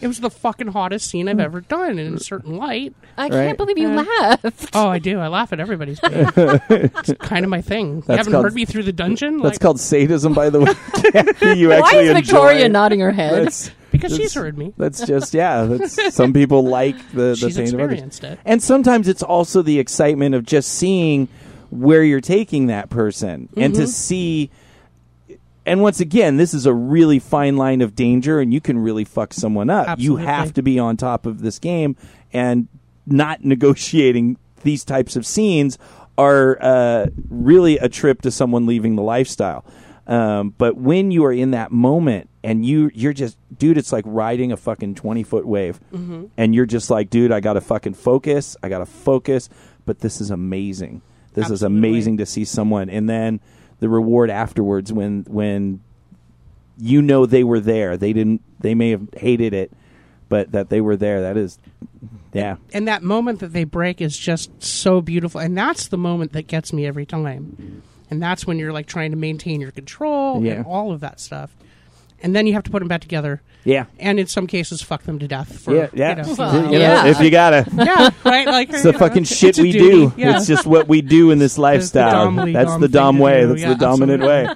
Speaker 8: it was the fucking hottest scene I've ever done in a certain light.
Speaker 4: I
Speaker 1: Right.
Speaker 4: can't believe you laughed.
Speaker 8: Oh, I do. I laugh at everybody's pain. it's kind of my thing. you haven't
Speaker 1: called-
Speaker 8: heard me through the dungeon?
Speaker 1: That's
Speaker 8: like,
Speaker 1: called sadism, by the way. Kathy, you
Speaker 4: Why
Speaker 1: actually
Speaker 4: is Victoria
Speaker 1: enjoy.
Speaker 4: nodding her head?
Speaker 1: That's,
Speaker 8: because
Speaker 1: that's-
Speaker 8: she's heard me.
Speaker 1: That's just yeah. That's some people like the the
Speaker 8: She's
Speaker 1: pain of others.
Speaker 8: experienced it.
Speaker 1: And sometimes it's also the excitement of just seeing where you're taking that person and
Speaker 8: Mm-hmm.
Speaker 1: to see and once again, this is a really fine line of danger and you can really fuck someone up.
Speaker 8: Absolutely.
Speaker 1: You have to be on top of this game and not negotiating these types of scenes are uh, really a trip to someone leaving the lifestyle. Um, but when you are in that moment and you you're just dude, it's like riding a fucking twenty foot wave, and you're just like, dude, I gotta fucking focus, I gotta focus. But this is amazing. This is
Speaker 8: Absolutely.
Speaker 1: amazing to see someone, and then the reward afterwards when when you know they were there. They didn't. They may have hated it, but that they were there. That is, yeah.
Speaker 8: and that moment that they break is just so beautiful and that's the moment that gets me every time and that's when you're like trying to maintain your control
Speaker 1: Yeah.
Speaker 8: and all of that stuff and then you have to put them back together
Speaker 1: Yeah.
Speaker 8: and in some cases fuck them to death for
Speaker 1: yeah, yeah.
Speaker 8: you know.
Speaker 4: Well,
Speaker 1: You know,
Speaker 4: yeah.
Speaker 1: If you gotta,
Speaker 8: yeah right like
Speaker 1: it's the fucking shit we do. It's just what we do in this lifestyle.
Speaker 8: dom-ly
Speaker 1: That's
Speaker 8: dom
Speaker 1: the
Speaker 8: thing
Speaker 1: dom
Speaker 8: to
Speaker 1: way.
Speaker 8: do.
Speaker 1: That's
Speaker 8: Yeah,
Speaker 1: the dominant way.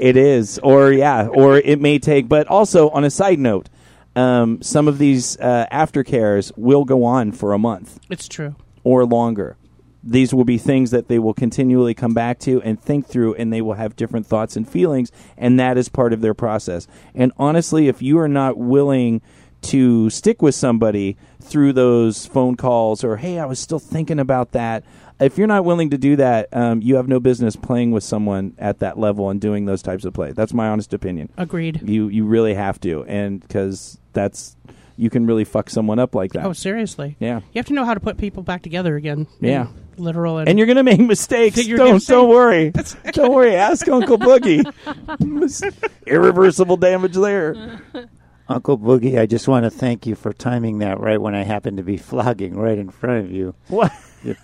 Speaker 1: It is, or yeah, or it may take. But also, on a side note, um, some of these uh, aftercares will go on for a month.
Speaker 8: it's true
Speaker 1: or longer. These will be things that they will continually come back to and think through, and they will have different thoughts and feelings, and that is part of their process. And honestly, if you are not willing to stick with somebody through those phone calls or, hey, I was still thinking about that, if you're not willing to do that, um, you have no business playing with someone at that level and doing those types of play. That's my honest opinion.
Speaker 8: agreed
Speaker 1: You, you really have to, and because that's, you can really fuck someone up like that.
Speaker 8: oh seriously
Speaker 1: yeah.
Speaker 8: you have to know how to put people back together again
Speaker 1: Yeah.
Speaker 8: literal and,
Speaker 1: and you're gonna make mistakes.
Speaker 8: Figure
Speaker 1: Don't
Speaker 8: gives
Speaker 1: don't
Speaker 8: sake.
Speaker 1: worry, don't worry. Ask Uncle Boogie. Mis- Irreversible damage there.
Speaker 6: Uncle Boogie, I just want to thank you for timing that right when I happened to be flogging right in front of you.
Speaker 1: What?
Speaker 6: Look,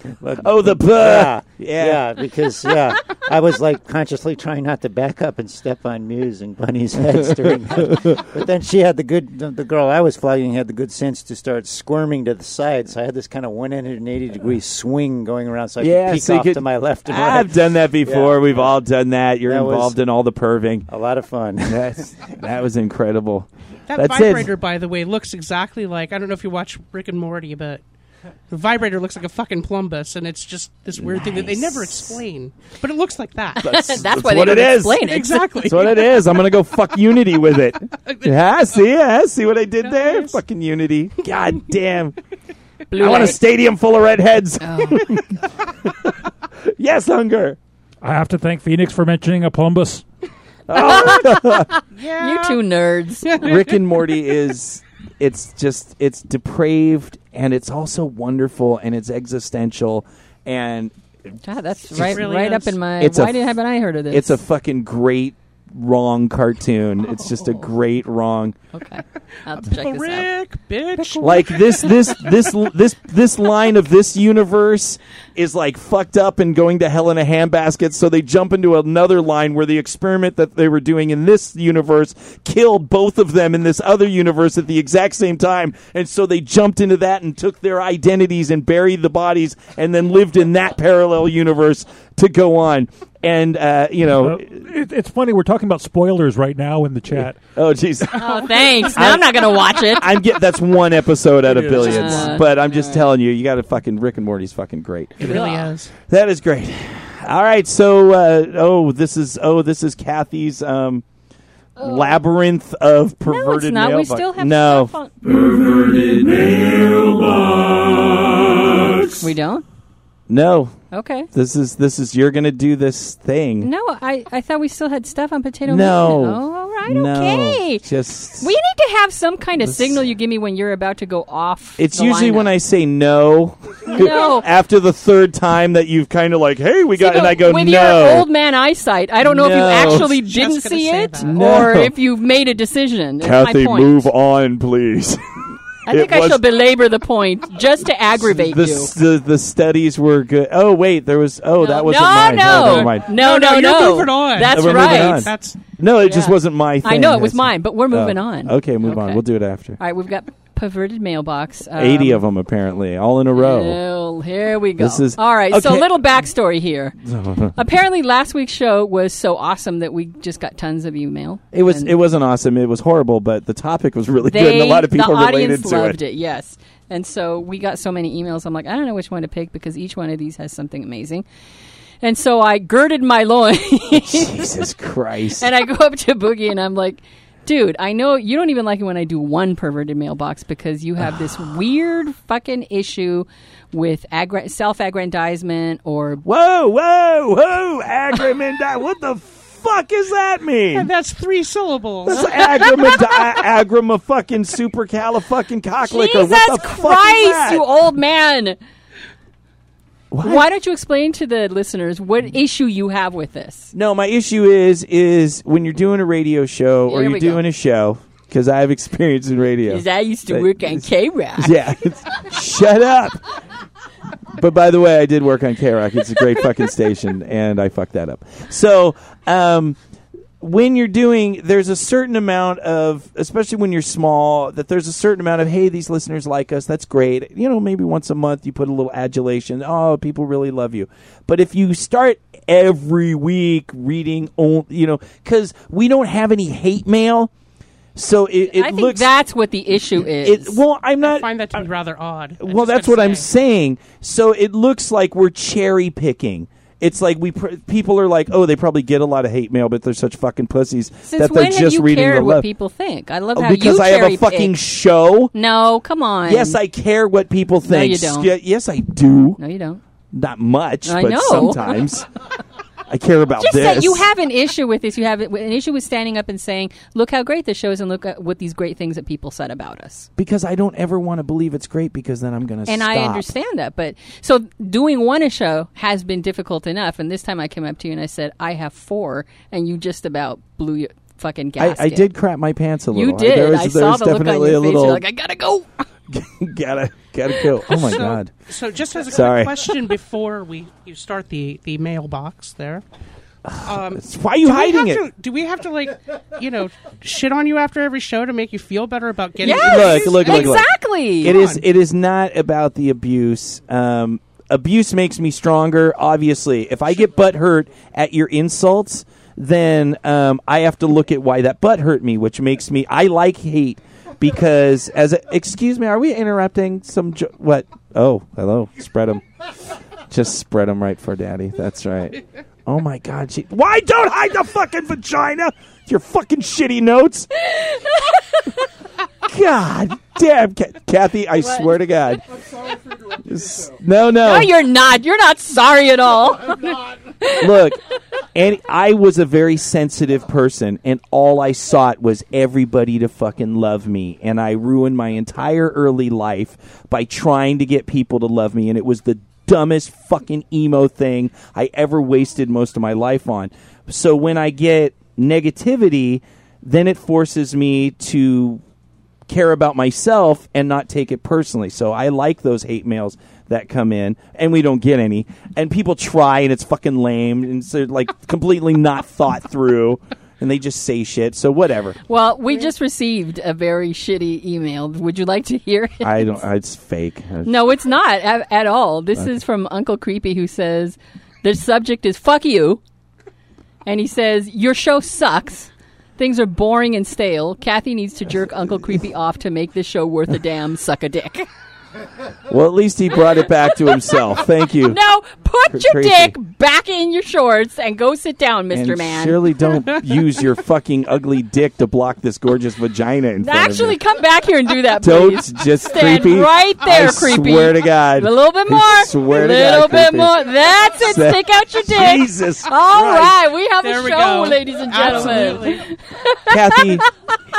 Speaker 1: Oh, the puh.
Speaker 6: yeah,
Speaker 1: Yeah.
Speaker 6: yeah, because yeah, I was like consciously trying not to back up and step on Muse and Bunny's heads during that. But then she had the good, the, the girl I was flogging had the good sense to start squirming to the side. So I had this kind of 180 degree swing going around, so I
Speaker 1: Yeah,
Speaker 6: could peek
Speaker 1: so you
Speaker 6: off
Speaker 1: could-
Speaker 6: to my left and right.
Speaker 1: I've done that before.
Speaker 6: Yeah.
Speaker 1: We've all done that. You're
Speaker 6: That was-
Speaker 1: involved in all the perving.
Speaker 6: A lot of fun.
Speaker 1: That's that was incredible.
Speaker 8: That
Speaker 1: That's it.
Speaker 8: vibrator, by the way, looks exactly like I don't know if you watch Rick and Morty, but the vibrator looks like a fucking plumbus, and it's just this weird thing that they never explain. But it looks like that.
Speaker 4: That's, why they
Speaker 1: what it
Speaker 4: don't
Speaker 1: is.
Speaker 4: explain it.
Speaker 8: exactly.
Speaker 1: That's what it is. I'm gonna go fuck Unity with it. Yeah, see, yeah, see what I did there. Fucking Unity. God damn. I want a stadium full of redheads. yes, hunger.
Speaker 3: I have to thank Phoenix for mentioning a Plumbus.
Speaker 4: You two nerds.
Speaker 1: Rick and Morty is it's just it's depraved and it's also wonderful and it's existential and
Speaker 4: God, that's right,
Speaker 8: really
Speaker 4: right
Speaker 8: is.
Speaker 4: up in my.
Speaker 1: It's a
Speaker 4: why did, haven't I heard of this?
Speaker 1: it's a fucking great wrong cartoon. It's just a great wrong.
Speaker 4: Okay. I'll have to check this out.
Speaker 8: Rick, bitch.
Speaker 1: Like this, this, this, this, this line of this universe is like fucked up and going to hell in a handbasket. So they jump into another line where the experiment that they were doing in this universe killed both of them in this other universe at the exact same time. And so they jumped into that and took their identities and buried the bodies and then lived in that parallel universe to go on. And uh, you
Speaker 3: Uh,
Speaker 1: know,
Speaker 3: it, it's funny we're talking about spoilers right now in the chat.
Speaker 1: oh jeez.
Speaker 4: Oh, thanks. Now I'm not going to watch it.
Speaker 1: I'm get that's one episode out of
Speaker 3: It is.
Speaker 1: billions,
Speaker 4: Uh,
Speaker 1: but I'm just telling you, you got to fucking Rick and Morty's fucking great.
Speaker 8: It really is.
Speaker 1: That is great. All right, so uh, oh, this is oh, this is Kathy's um, labyrinth of perverted
Speaker 4: Oh. No, it's not.
Speaker 1: mailbox.
Speaker 4: We still have
Speaker 1: no.
Speaker 4: stuff on- We don't?
Speaker 1: No,
Speaker 4: Okay.
Speaker 1: this is this is you're gonna do this thing.
Speaker 4: No, I, I thought we still had stuff on potato
Speaker 1: No.
Speaker 4: Mountain. Oh, all right.
Speaker 1: No.
Speaker 4: Okay.
Speaker 1: Just
Speaker 4: We need to have some kind of
Speaker 1: This-
Speaker 4: signal you give me when you're about to go off.
Speaker 1: It's
Speaker 4: the
Speaker 1: usually when
Speaker 4: lineup.
Speaker 1: I say no.
Speaker 4: No.
Speaker 1: After the third time that you've kind of like, hey, we got,
Speaker 4: See,
Speaker 1: and
Speaker 4: but
Speaker 1: I go
Speaker 4: with
Speaker 1: no.
Speaker 4: your old man eyesight. I don't know if you
Speaker 1: No.
Speaker 4: actually
Speaker 8: Just
Speaker 4: didn't
Speaker 8: gonna
Speaker 4: see
Speaker 8: say
Speaker 4: it
Speaker 8: that.
Speaker 1: No.
Speaker 4: or if you've made a decision. That's my
Speaker 1: Kathy,
Speaker 4: point.
Speaker 1: move on, please.
Speaker 4: I think
Speaker 1: It
Speaker 4: I
Speaker 1: was-
Speaker 4: shall belabor the point just to aggravate
Speaker 1: the,
Speaker 4: you.
Speaker 1: The, the studies were good. Oh wait, there was. Oh, that wasn't
Speaker 4: no,
Speaker 1: mine.
Speaker 4: No,
Speaker 1: Oh, never mind.
Speaker 4: no, no,
Speaker 8: no,
Speaker 4: no.
Speaker 8: you're moving on.
Speaker 4: That's
Speaker 1: We're moving
Speaker 4: right.
Speaker 1: on.
Speaker 4: All
Speaker 8: That's
Speaker 1: No, it just
Speaker 4: Yeah.
Speaker 1: wasn't my. thing.
Speaker 4: I know, it was
Speaker 1: It's-
Speaker 4: mine, but we're moving
Speaker 1: oh.
Speaker 4: on.
Speaker 1: Okay, move on.
Speaker 4: Okay.
Speaker 1: We'll do it after.
Speaker 4: right, we've got perverted mailbox. Um,
Speaker 1: Eighty of them apparently, all in a row.
Speaker 4: Well, here we go.
Speaker 1: This is-
Speaker 4: All right, so a
Speaker 1: okay.
Speaker 4: little backstory here. Apparently, last week's show was so awesome that we just got tons of email.
Speaker 1: It was.
Speaker 4: And-
Speaker 1: It wasn't awesome. It was horrible, but the topic was really
Speaker 4: they,
Speaker 1: good, and a lot of people
Speaker 4: the
Speaker 1: related
Speaker 4: audience
Speaker 1: to
Speaker 4: loved
Speaker 1: it.
Speaker 4: it. Yes, and so we got so many emails. I'm like, I don't know which one to pick because each one of these has something amazing. And so I girded my loins
Speaker 1: Jesus Christ!
Speaker 4: and I go up to Boogie and I'm like, dude, I know you don't even like it when I do one perverted mailbox because you have this weird fucking issue with aggra- self-aggrandizement or
Speaker 1: whoa, whoa, whoa! Agrimandi, what the fuck is that mean?
Speaker 8: that's three syllables.
Speaker 1: Agrima fucking super fucking cocklicker.
Speaker 4: Jesus
Speaker 1: What the fuck is
Speaker 4: Christ,
Speaker 1: that?
Speaker 4: you old man.
Speaker 1: What?
Speaker 4: Why don't you explain to the listeners what issue you have with this?
Speaker 1: No, my issue is is when you're doing a radio show or
Speaker 4: Here
Speaker 1: you're
Speaker 4: we go.
Speaker 1: doing a show because I have experience in radio.
Speaker 4: Is I used to
Speaker 1: That-
Speaker 4: work on K Rock.
Speaker 1: yeah, it's- shut up. But by the way, I did work on K Rock. It's a great fucking station, and I fucked that up. So, um, when you're doing, there's a certain amount of, especially when you're small, that there's a certain amount of, hey, these listeners like us. That's great. You know, maybe once a month you put a little adulation. Oh, people really love you. But if you start every week reading, on- you know, because we don't have any hate mail. So it, it
Speaker 4: I think
Speaker 1: looks
Speaker 4: that's what the issue is.
Speaker 1: it. Well, I'm not.
Speaker 8: I find that to be rather odd. I'm
Speaker 1: Well,
Speaker 8: just
Speaker 1: that's
Speaker 8: gonna
Speaker 1: what I'm
Speaker 8: say.
Speaker 1: saying. So it looks like we're cherry picking. It's like we pr- people are like, oh, they probably get a lot of hate mail, but they're such fucking pussies
Speaker 4: Since
Speaker 1: that they're
Speaker 4: when
Speaker 1: just
Speaker 4: have you
Speaker 1: reading
Speaker 4: cared
Speaker 1: the
Speaker 4: what
Speaker 1: left. Oh,
Speaker 4: people think? I love how
Speaker 1: because
Speaker 4: you
Speaker 1: I have a
Speaker 4: cherry
Speaker 1: fucking
Speaker 4: pick.
Speaker 1: show.
Speaker 4: no, come on.
Speaker 1: Yes, I care what people think.
Speaker 4: you don't.
Speaker 1: Yeah, Yes, I do.
Speaker 4: No, you don't.
Speaker 1: Not much,
Speaker 4: I
Speaker 1: but
Speaker 4: know.
Speaker 1: sometimes I care about
Speaker 4: Just
Speaker 1: this.
Speaker 4: that you have an issue with this. You have an issue with standing up and saying, "Look how great this show is, and look at what these great things that people said about us."
Speaker 1: because I don't ever want to believe it's great because then I'm going to
Speaker 4: And I understand that, but so doing one a show has been difficult enough. And this time, I came up to you and I said, "I have four, and you just about blew your fucking
Speaker 1: I,
Speaker 4: gasket.
Speaker 1: I did crap my pants a little.
Speaker 4: You did.
Speaker 1: There was,
Speaker 4: I
Speaker 1: there
Speaker 4: saw
Speaker 1: was
Speaker 4: the look on your
Speaker 1: definitely
Speaker 4: face.
Speaker 1: a little.
Speaker 4: You're like, "I gotta go."
Speaker 1: gotta gotta go. Oh my
Speaker 8: So-
Speaker 1: god.
Speaker 8: So, just as a
Speaker 1: Sorry.
Speaker 8: quick question before we you start the the mailbox there, um,
Speaker 1: Why are you
Speaker 8: do we
Speaker 1: hiding it?
Speaker 8: have to- do we have to like you know shit on you after every show to make you feel better about getting?
Speaker 1: Look,
Speaker 4: Yes,
Speaker 1: look, look, look.
Speaker 4: exactly.
Speaker 1: It is. It is not about the abuse. Um, abuse makes me stronger. Obviously, if I get butt hurt at your insults, then um, I have to look at why that butt hurt me, which makes me. I like hate because as a, excuse me, are we interrupting some? Jo- what? Oh, hello. Spread them. Just spread them right for daddy. That's right. Oh my god. She, why don't hide the fucking vagina? Your fucking shitty notes. God damn, Ca- Kathy! I swear to God. S- No,
Speaker 4: No,
Speaker 1: no.
Speaker 4: you're not. You're not sorry at all.
Speaker 1: Look, and I was a very sensitive person, and all I sought was everybody to fucking love me, and I ruined my entire early life by trying to get people to love me, and it was the dumbest fucking emo thing I ever wasted most of my life on. So when I get negativity, then it forces me to care about myself and not take it personally. So I like those hate mails that come in, and we don't get any. And people try, and it's fucking lame, and it's they're, like completely not thought through, and they just say shit. So whatever.
Speaker 4: Well, we just received a very shitty email. Would you like to hear it?
Speaker 1: I don't. It's fake.
Speaker 4: No, it's not at, at all. This is from Uncle Creepy who says the subject is fuck you. And he says, Your show sucks. Things are boring and stale. Kathy needs to jerk Uncle Creepy off to make this show worth a damn suck a dick.
Speaker 1: Well, at least he brought it back to himself. Thank you.
Speaker 4: No, put your
Speaker 1: Crazy.
Speaker 4: dick back in your shorts and go sit down, Mr.
Speaker 1: And
Speaker 4: Man.
Speaker 1: surely don't use your fucking ugly dick to block this gorgeous vagina in front of
Speaker 4: Actually,
Speaker 1: you.
Speaker 4: come back here and do that,
Speaker 1: Don't
Speaker 4: please.
Speaker 1: just
Speaker 4: Stand
Speaker 1: creepy.
Speaker 4: right there,
Speaker 1: I
Speaker 4: creepy.
Speaker 1: Swear to God.
Speaker 4: A little bit
Speaker 1: I
Speaker 4: more.
Speaker 1: swear
Speaker 4: a
Speaker 1: to
Speaker 4: little
Speaker 1: God,
Speaker 4: bit
Speaker 1: creepy.
Speaker 4: more. That's it.
Speaker 1: Say-
Speaker 4: Stick out your dick.
Speaker 1: Jesus
Speaker 4: All
Speaker 1: Christ.
Speaker 4: right, we have
Speaker 8: There
Speaker 4: a
Speaker 8: we
Speaker 4: show,
Speaker 8: go.
Speaker 4: ladies and gentlemen.
Speaker 1: Kathy,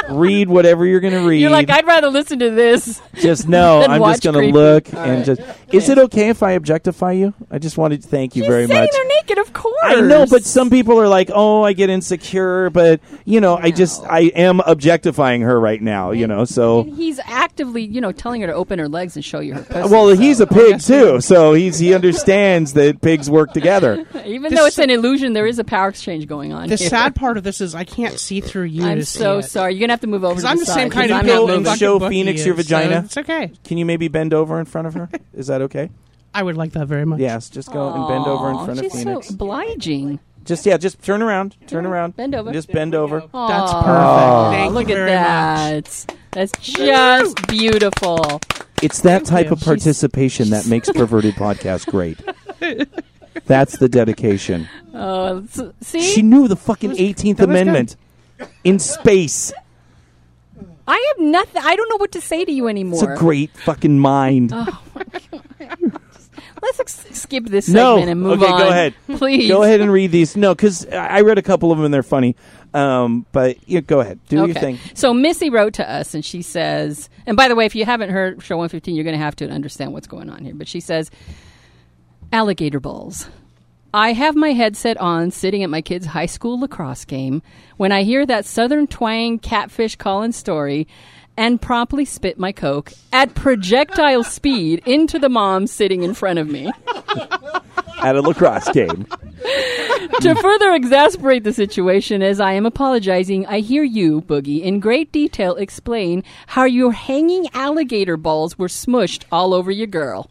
Speaker 1: read whatever you're going to read.
Speaker 4: You're like, I'd rather listen to this.
Speaker 1: just know
Speaker 4: Then
Speaker 1: I'm
Speaker 4: watch
Speaker 1: just going to
Speaker 4: creepy.
Speaker 1: look and just. Is it okay if I objectify you? I just wanted to thank you
Speaker 4: She's
Speaker 1: very
Speaker 4: saying
Speaker 1: much.
Speaker 4: they're naked, of course.
Speaker 1: I know, but some people are like, "Oh, I get insecure," but you know, I just I am objectifying her right now. You know, so
Speaker 4: And he's actively, you know, telling her to open her legs and show you her pussy.
Speaker 1: well, he's a pig too, so he's he understands that pigs work together.
Speaker 4: even
Speaker 8: this-
Speaker 4: though it's an illusion, there is a power exchange going on.
Speaker 8: The
Speaker 4: here.
Speaker 8: sad part of this is I can't see through you.
Speaker 4: I'm
Speaker 8: to see
Speaker 4: so
Speaker 8: it.
Speaker 4: sorry. You're gonna have to move over.
Speaker 8: 'Cause
Speaker 4: To
Speaker 8: I'm
Speaker 4: the
Speaker 8: the same
Speaker 4: side,
Speaker 8: kind
Speaker 4: 'cause I'm
Speaker 8: of
Speaker 1: Go
Speaker 8: pill
Speaker 4: not
Speaker 1: and
Speaker 8: that
Speaker 4: moving.
Speaker 1: show
Speaker 8: fucking Bucky
Speaker 1: Phoenix
Speaker 8: is,
Speaker 1: your
Speaker 8: so
Speaker 1: vagina.
Speaker 8: It's okay.
Speaker 1: Can you maybe bend over in front of her? Is that okay?
Speaker 8: I would like that very much.
Speaker 1: Yes, just go and bend over in
Speaker 4: Aw,
Speaker 1: front of
Speaker 4: she's
Speaker 1: Phoenix.
Speaker 4: so obliging.
Speaker 1: Just yeah, just turn around, turn around,
Speaker 4: Bend over.
Speaker 1: just bend over.
Speaker 8: That's
Speaker 4: Aw,
Speaker 8: perfect. Thank
Speaker 4: Look
Speaker 8: you
Speaker 4: at
Speaker 8: very much.
Speaker 4: that. That's just beautiful.
Speaker 1: It's that type of
Speaker 4: She's-
Speaker 1: participation that makes perverted podcast great. That's the dedication.
Speaker 4: Oh, s- see,
Speaker 1: She knew the fucking 18th
Speaker 8: that was good.
Speaker 1: Amendment in space.
Speaker 4: I have nothing. I don't know what to say to you anymore.
Speaker 1: It's a great fucking mind.
Speaker 8: Oh,
Speaker 4: Let's ex- skip this
Speaker 1: No.
Speaker 4: segment and move
Speaker 1: Okay,
Speaker 4: on.
Speaker 1: go ahead.
Speaker 4: please.
Speaker 1: Go ahead and read these. No, because I I read a couple of them and they're funny. Um, but yeah, go ahead, do your thing.
Speaker 4: So Missy wrote to us and she says, and by the way, if you haven't heard Show 115, you're going to have to understand what's going on here. But she says, alligator balls. I have my headset on sitting at my kids' high school lacrosse game when I hear that southern twang catfish Colin story and promptly spit my Coke at projectile speed into the mom sitting in front of me.
Speaker 1: At a lacrosse game,
Speaker 4: to further exasperate the situation, as I am apologizing, I hear you, Boogie, in great detail explain how your hanging alligator balls were smushed all over your girl.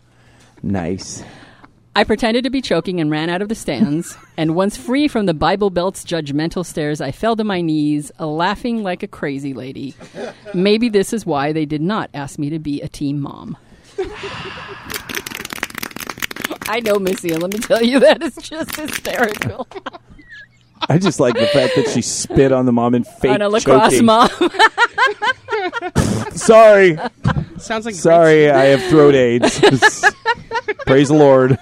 Speaker 1: nice.
Speaker 4: I pretended to be choking and ran out of the stands. and once free from the Bible Belt's judgmental stares, I fell to my knees, laughing like a crazy lady. Maybe this is why they did not ask me to be a team mom. I know, Missy, and let me tell you, that is just hysterical.
Speaker 1: I just like the fact that she spit on the mom and fake
Speaker 4: On a lacrosse
Speaker 1: choking.
Speaker 4: mom.
Speaker 1: Sorry,
Speaker 8: Sounds like
Speaker 1: sorry, I have throat AIDS. Praise the Lord.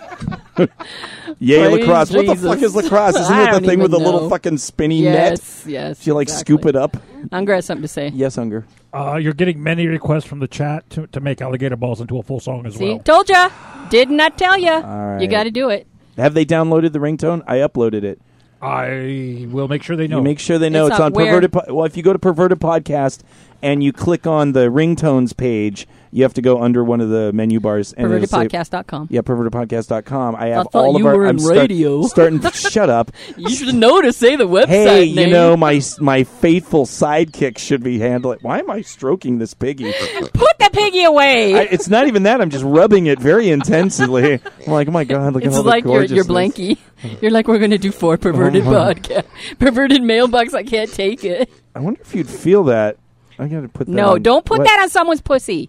Speaker 1: Yay,
Speaker 4: Praise
Speaker 1: lacrosse! What the
Speaker 4: Jesus.
Speaker 1: fuck is lacrosse? Isn't
Speaker 4: I
Speaker 1: it the
Speaker 4: don't
Speaker 1: thing with the
Speaker 4: even
Speaker 1: little
Speaker 4: know.
Speaker 1: fucking spinny net?
Speaker 4: Yes, yes.
Speaker 1: Do you like scoop it up?
Speaker 4: Unger has something to say.
Speaker 1: Yes, Unger.
Speaker 3: Uh, you're getting many requests from the chat to, to make alligator balls into a full song as
Speaker 4: See,
Speaker 3: well.
Speaker 4: told ya. Didn't I tell ya? You
Speaker 1: right.
Speaker 4: got to do it.
Speaker 1: Have they downloaded the ringtone? I uploaded it.
Speaker 3: I will make sure they know.
Speaker 1: You make sure they know
Speaker 4: It's
Speaker 1: it's,
Speaker 4: on
Speaker 1: on
Speaker 4: where?
Speaker 1: perverted. Po- well, if you go to perverted podcast and you click on the ringtones page, you have to go under one of the menu bars and it'll say-
Speaker 4: PervertedPodcast.com.
Speaker 1: Yeah, pervertedpodcast.com. I have
Speaker 4: thought
Speaker 1: all of
Speaker 4: you
Speaker 1: our.
Speaker 4: were in
Speaker 1: I'm start-
Speaker 4: radio.
Speaker 1: starting. shut up.
Speaker 4: You should know to say the website
Speaker 1: Hey,
Speaker 4: name.
Speaker 1: you know my s- my faithful sidekick should be handling. Why am I stroking this piggy?
Speaker 4: Put the piggy away.
Speaker 1: I, it's not even that. I'm just rubbing it very intensely. I'm like, oh my god, look at
Speaker 4: it's
Speaker 1: all the
Speaker 4: like your, your
Speaker 1: gorgeousness. Uh-huh.
Speaker 4: blankie. You're like, we're going to do four perverted podcast. Perverted mailbox. I can't take it.
Speaker 1: I wonder if you'd feel that. I gotta put that.
Speaker 4: No,
Speaker 1: on-
Speaker 4: don't
Speaker 1: Um,
Speaker 4: put
Speaker 1: what?
Speaker 4: that on someone's pussy.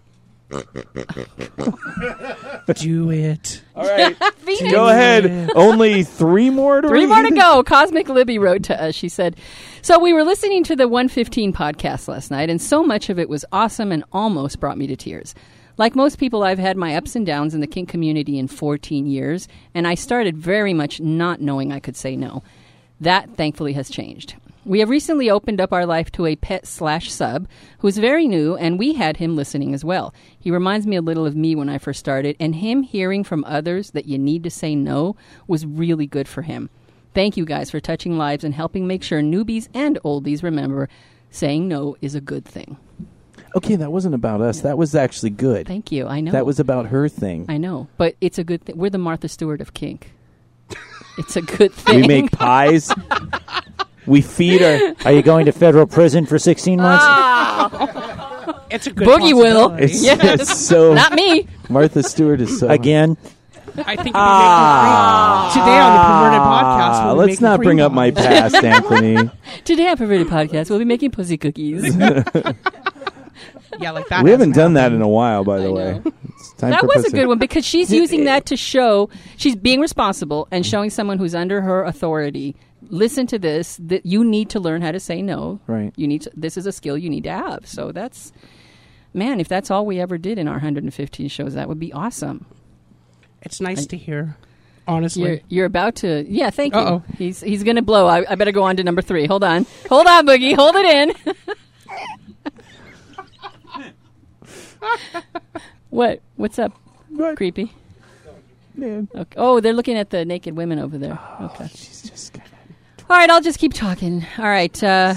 Speaker 8: great. Do it.
Speaker 4: Phoenix.
Speaker 1: Go ahead. Only three more to
Speaker 4: Three
Speaker 1: read?
Speaker 4: more to go. Cosmic Libby wrote to us. She said, So we were listening to the 115 podcast last night, and so much of it was awesome and almost brought me to tears. Like most people, I've had my ups and downs in the kink community in 14 years, and I started very much not knowing I could say no. That thankfully has changed. We have recently opened up our life to a pet slash sub who's very new, and we had him listening as well. He reminds me a little of me when I first started, and him hearing from others that you need to say no was really good for him. Thank you guys for touching lives and helping make sure newbies and oldies remember saying no is a good thing.
Speaker 1: Okay, that wasn't about us. That was actually good.
Speaker 4: Thank you. I know.
Speaker 1: That was about her thing.
Speaker 4: I know, but it's a good thing. We're the Martha Stewart of kink. it's a good thing.
Speaker 1: We make pies. we feed our.
Speaker 6: Are you going to federal prison for 16 months?
Speaker 1: Ah.
Speaker 8: It's a good
Speaker 4: boogie will.
Speaker 8: possibility.
Speaker 1: It's,
Speaker 4: Yes.
Speaker 1: it's so.
Speaker 4: Not me.
Speaker 1: Martha Stewart is so.
Speaker 6: Again?
Speaker 8: I think we ah, today on the perverted podcast.
Speaker 1: Ah,
Speaker 8: we'll be
Speaker 1: let's
Speaker 8: making
Speaker 1: not
Speaker 8: cream
Speaker 1: bring up my
Speaker 8: pies.
Speaker 1: past, Anthony.
Speaker 4: Today on Perverted Podcast, we'll be making pussy cookies.
Speaker 8: Yeah, like that.
Speaker 1: we haven't
Speaker 8: hasn't
Speaker 1: done that in a while, by
Speaker 4: I
Speaker 1: the way.
Speaker 4: know.
Speaker 1: It's time
Speaker 4: that
Speaker 1: for
Speaker 4: was a
Speaker 1: pussy.
Speaker 4: good one because she's using that to show she's being responsible and showing someone who's under her authority. Listen to this. That you need to learn how to say no.
Speaker 1: Right.
Speaker 4: You need. To, this is a skill you need to have. So that's, man. If that's all we ever did in our 115 shows, that would be awesome.
Speaker 8: It's nice to hear.
Speaker 4: You're,
Speaker 8: Honestly,
Speaker 4: you're about to. Yeah. Thank you.
Speaker 8: Uh-oh.
Speaker 4: He's he's gonna blow. I, I better go on to number three. Hold on. Hold on, Boogie. Hold it in. what? What's up?
Speaker 1: What?
Speaker 4: Creepy.
Speaker 1: Man, Oh,
Speaker 4: Okay. Oh, they're looking at the naked women over there. Okay.
Speaker 1: she's just gonna-
Speaker 4: All right, I'll just keep talking. All right. Uh,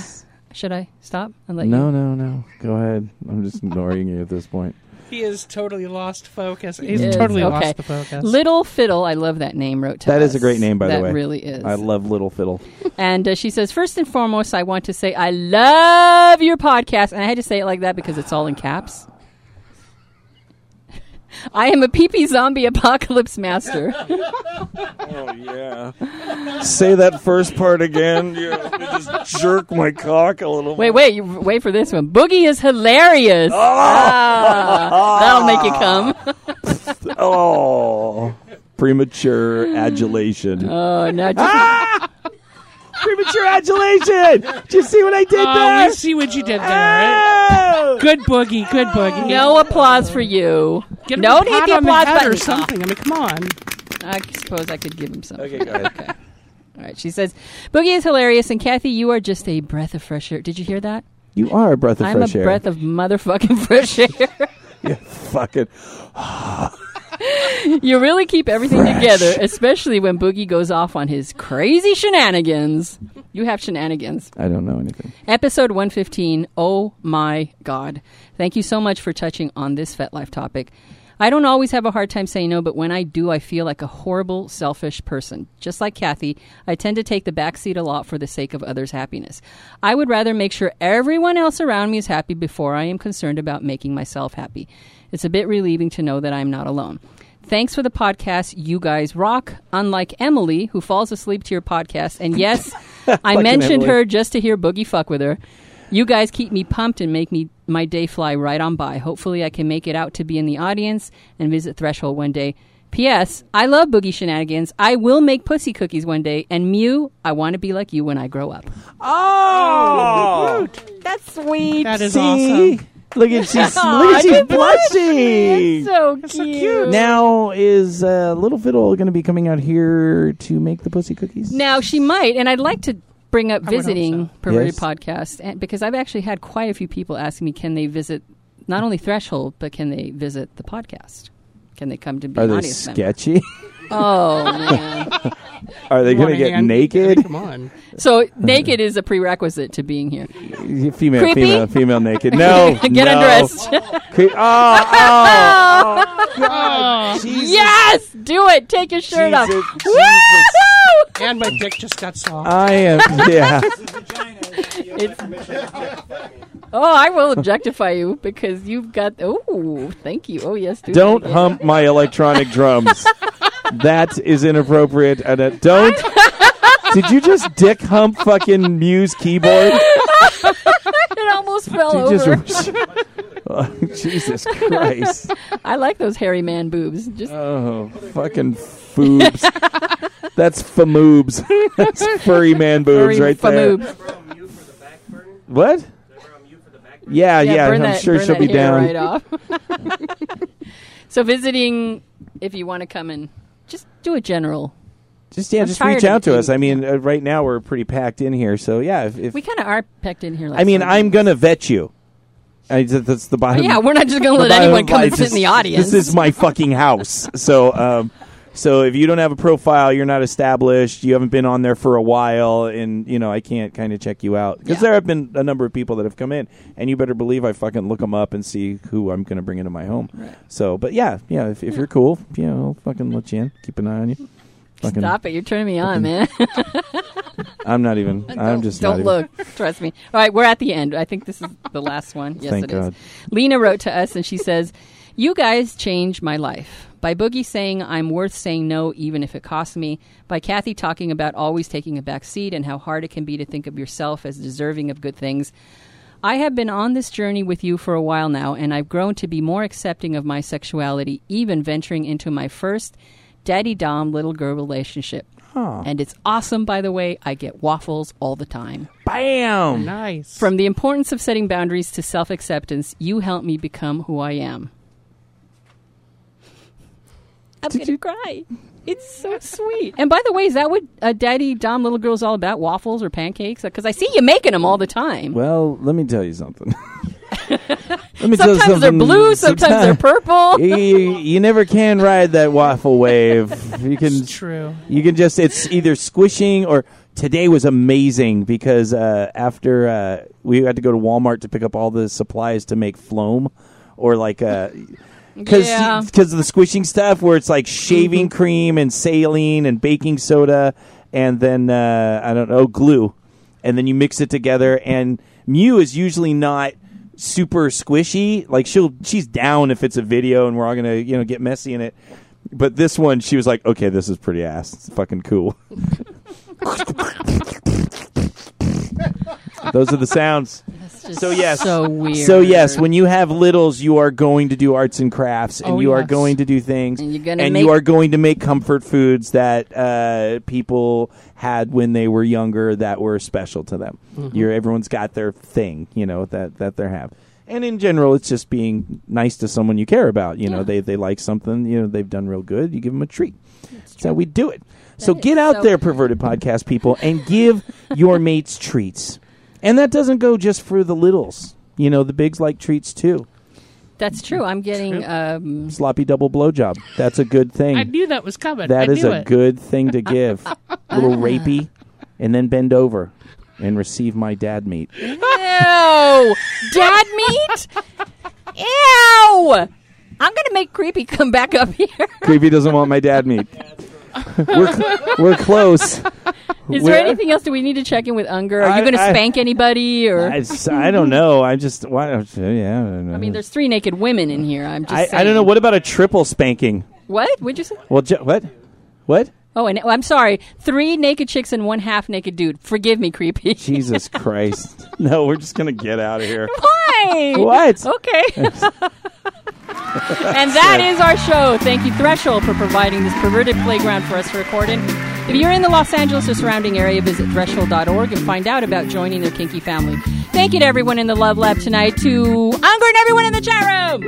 Speaker 4: should I stop and let
Speaker 1: No,
Speaker 4: you?
Speaker 1: no, no. Go ahead. I'm just ignoring you at this point.
Speaker 8: he is totally lost focus. He's
Speaker 4: is,
Speaker 8: totally
Speaker 4: okay.
Speaker 8: lost the focus.
Speaker 4: Little Fiddle, I love that name. Wrote to
Speaker 1: That is
Speaker 4: us.
Speaker 1: a great name, by the way.
Speaker 4: That really is.
Speaker 1: I love Little Fiddle.
Speaker 4: and uh, she says, first and foremost, I want to say I love your podcast, and I had to say it like that because it's all in caps. I am a PP zombie apocalypse master.
Speaker 1: Oh yeah. Say that first part again. You just jerk my cock a little.
Speaker 4: Wait, wait, you, wait for this one. Boogie is hilarious. Ah, that'll make you come.
Speaker 1: Oh, premature adulation.
Speaker 4: Oh, now just
Speaker 1: premature adulation. Did you see what I did
Speaker 8: Oh, we see what you did there. right? Good boogie, good boogie.
Speaker 4: No applause for you.
Speaker 8: Get him
Speaker 4: no
Speaker 8: a
Speaker 4: need
Speaker 8: pat
Speaker 4: the
Speaker 8: on the
Speaker 4: applause
Speaker 8: head
Speaker 4: button.
Speaker 8: or something. I mean, come on.
Speaker 4: Ah, I suppose I could give him some.
Speaker 1: Okay, go ahead.
Speaker 4: All right. She says, "Boogie is hilarious, and Kathy, you are just a breath of fresh air." Did you hear that?
Speaker 1: You are a breath of
Speaker 4: I'm
Speaker 1: fresh
Speaker 4: a
Speaker 1: air.
Speaker 4: breath of motherfucking fresh air.
Speaker 1: Fucking.
Speaker 4: you really keep everything
Speaker 1: Fresh.
Speaker 4: together, especially when Boogie goes off on his crazy shenanigans. You have shenanigans.
Speaker 1: I don't know anything.
Speaker 4: Episode 115. Oh my God. Thank you so much for touching on this FetLife topic. I don't always have a hard time saying no, but when I do, I feel like a horrible, selfish person. Just like Kathy, I tend to take the back seat a lot for the sake of others' happiness. I would rather make sure everyone else around me is happy before I am concerned about making myself happy. It's a bit relieving to know that I'm not alone. Thanks for the podcast. You guys rock. Unlike Emily, who falls asleep to your podcast. And yes, I mentioned
Speaker 1: Emily.
Speaker 4: her just to hear Boogie fuck with her. You guys keep me pumped and make me my day fly right on by. Hopefully, I can make it out to be in the audience and visit Threshold one day. P.S. I love Boogie shenanigans. I will make pussy cookies one day. And Mew, I want to be like you when I grow up.
Speaker 1: Oh,
Speaker 4: That's sweet. Oh,
Speaker 8: That is
Speaker 1: see,
Speaker 8: awesome.
Speaker 1: look at she's
Speaker 4: Aw,
Speaker 1: look at
Speaker 4: she
Speaker 1: she's blushing.
Speaker 4: so cute.
Speaker 1: Now is uh, Little Fiddle going to be coming out here to make the pussy cookies?
Speaker 4: Now she might, and I'd like to bring up
Speaker 8: I would hope
Speaker 4: visiting
Speaker 8: so.
Speaker 4: Perverted
Speaker 1: Yes.
Speaker 4: Podcast and, because I've actually had quite a few people asking me, can they visit not only Threshold, but can they visit the podcast? Can they come to be
Speaker 1: Are
Speaker 4: an
Speaker 1: they
Speaker 4: audience member?
Speaker 1: sketchy?
Speaker 4: Oh, man.
Speaker 1: Are they going to
Speaker 8: Wanna
Speaker 1: get
Speaker 8: hand-
Speaker 1: naked?
Speaker 8: Come on.
Speaker 4: so naked is a prerequisite to being here.
Speaker 1: Female, female,
Speaker 4: Creepy?
Speaker 1: female, naked. No,
Speaker 4: Get
Speaker 1: no.
Speaker 4: undressed.
Speaker 1: Cre- oh, oh,
Speaker 4: Oh.
Speaker 1: Jesus.
Speaker 4: yes, do it. Take your shirt off.
Speaker 1: Jesus,
Speaker 4: Woo!
Speaker 8: And my dick just got
Speaker 4: Uh,
Speaker 8: soft.
Speaker 1: I am. Yeah.
Speaker 4: Oh, I will objectify you because you've got. Oh, thank you. Oh, yes. Do
Speaker 1: Don't
Speaker 4: that again.
Speaker 1: hump my electronic drums. that is inappropriate. And uh, don't. Did you just dick hump fucking Muse keyboard?
Speaker 4: It almost fell
Speaker 1: You
Speaker 4: over.
Speaker 1: just- Oh, Jesus Christ.
Speaker 4: I like those hairy man boobs. Just
Speaker 1: Oh, fucking foobs. That's famoobs. That's furry man boobs
Speaker 4: hairy
Speaker 1: right there.
Speaker 4: famoobs.
Speaker 1: What? Yeah, yeah,
Speaker 4: burn
Speaker 1: I'm
Speaker 4: that-
Speaker 1: sure
Speaker 4: burn
Speaker 1: she'll
Speaker 4: that
Speaker 1: be
Speaker 4: hair
Speaker 1: down.
Speaker 4: Right off. so visiting, if you want to come and just do a general.
Speaker 1: Just yeah,
Speaker 4: I'm
Speaker 1: just
Speaker 4: tired
Speaker 1: reach
Speaker 4: of
Speaker 1: out
Speaker 4: it
Speaker 1: to us.
Speaker 4: being-
Speaker 1: I mean, uh, right now we're pretty packed in here, so yeah. If, if
Speaker 4: We kind of are pecked in here. Like
Speaker 1: I mean,
Speaker 4: something.
Speaker 1: I'm gonna vet you. I, that- that's the bottom.
Speaker 4: Yeah, we're not just going to
Speaker 1: the
Speaker 4: let
Speaker 1: bottom
Speaker 4: anyone come
Speaker 1: line.
Speaker 4: and sit in
Speaker 1: This-
Speaker 4: the audience.
Speaker 1: This is my fucking house. So, um, So if you don't have a profile, you're not established, you haven't been on there for a while, and you know I can't kind of check you out because
Speaker 4: Yeah.
Speaker 1: there have been a number of people that have come in, and you better believe I fucking look them up and see who I'm going to bring into my home. So, but yeah, yeah, if, if you're cool, you know, I'll fucking let you in. Keep an eye on you. Fucking,
Speaker 4: Stop it! You're turning me on, man.
Speaker 1: I'm not even. I'm
Speaker 4: Don't-
Speaker 1: just
Speaker 4: don't
Speaker 1: not
Speaker 4: look. Trust me. All right, we're at the end. I think this is the last one. Yes,
Speaker 1: Thank
Speaker 4: it is.
Speaker 1: God.
Speaker 4: Lena wrote to us and she says, "You guys changed my life by Boogie saying I'm worth saying no even if it costs me, by Kathy talking about always taking a back seat and how hard it can be to think of yourself as deserving of good things." I have been on this journey with you for a while now, and I've grown to be more accepting of my sexuality, even venturing into my first daddy dom little girl relationship. And it's awesome, by the way. I get waffles all the time.
Speaker 1: Bam.
Speaker 8: Nice.
Speaker 4: From the importance of setting boundaries to self acceptance, you helped me become who I am. I'm going to cry. It's so sweet. And by the way, is that what uh, Daddy Dom Little Girl's all about? Waffles or pancakes? Because I see you making them all the time.
Speaker 1: Well, let me tell you something. let me tell you
Speaker 4: sometimes they're
Speaker 1: something.
Speaker 4: blue, sometimes, they're purple.
Speaker 1: you, you- you never can ride that waffle wave. You can
Speaker 8: It's true.
Speaker 1: you can just it's either squishing or today was amazing because uh, after uh, we had to go to Walmart to pick up all the supplies to make floam or like uh because
Speaker 4: Yeah.
Speaker 1: of the squishing stuff where it's like shaving cream and saline and baking soda and then uh, I don't know glue and then you mix it together and Mew is usually not super squishy like she'll she's down if it's a video and we're all gonna you know get messy in it but this one she was like okay this is pretty ass it's fucking cool those are the sounds
Speaker 4: It's just
Speaker 1: So, yes.
Speaker 4: so weird.
Speaker 1: so yes, when you have littles, you are going to do arts and crafts, and
Speaker 8: Oh,
Speaker 1: you are
Speaker 8: yes.
Speaker 1: going to do things,
Speaker 4: And you're gonna
Speaker 1: and
Speaker 4: make-
Speaker 1: you are going to make comfort foods that uh, people had when they were younger that were special to them.
Speaker 4: Mm-hmm.
Speaker 1: You're, everyone's got their thing, you know that that they have. And in general, it's just being nice to someone you care about. You know,
Speaker 4: Yeah.
Speaker 1: they they like something. You know, they've done real good. You give them a treat. That's how we do it. so
Speaker 4: is
Speaker 1: get out
Speaker 4: so
Speaker 1: there, perverted podcast people, and give your mates treats. And that doesn't go just for the littles. You know, the bigs like treats too.
Speaker 4: That's true. I'm getting. Um,
Speaker 1: Sloppy double blowjob. That's a good
Speaker 8: I
Speaker 1: thing.
Speaker 8: knew that was coming.
Speaker 1: That
Speaker 8: I
Speaker 1: is
Speaker 8: knew
Speaker 1: a
Speaker 8: it.
Speaker 1: good thing to give. Little rapey, and then bend over and receive my dad meat.
Speaker 4: ew! Dad meat? Ew! I'm going to make Creepy come back up here.
Speaker 1: Creepy doesn't want my dad meat. we're, cl- we're close.
Speaker 4: Is
Speaker 1: We're-
Speaker 4: there anything else? Do we need to check in with Unger? Are
Speaker 1: I-
Speaker 4: you going to
Speaker 1: I-
Speaker 4: spank anybody? Or
Speaker 1: I,
Speaker 4: I,
Speaker 1: s- I don't know. I just why don't you- yeah. I, don't know.
Speaker 4: mean, there's three naked women in here. I'm just.
Speaker 1: I,
Speaker 4: saying.
Speaker 1: I don't know. What about a triple spanking?
Speaker 4: What? Would you say?
Speaker 1: Well, ju- what? What?
Speaker 4: Oh, and oh, I'm sorry. Three naked chicks and one half naked dude. Forgive me, creepy.
Speaker 1: Jesus Christ! No, we're just gonna get out of here.
Speaker 4: Why?
Speaker 1: What?
Speaker 4: Okay. and that is our show. Thank you, Threshold, for providing this perverted playground for us to record in. If you're in the Los Angeles or surrounding area, visit threshold.org and find out about joining their kinky family. Thank you to everyone in the Love Lab tonight, to Unger and everyone in the chat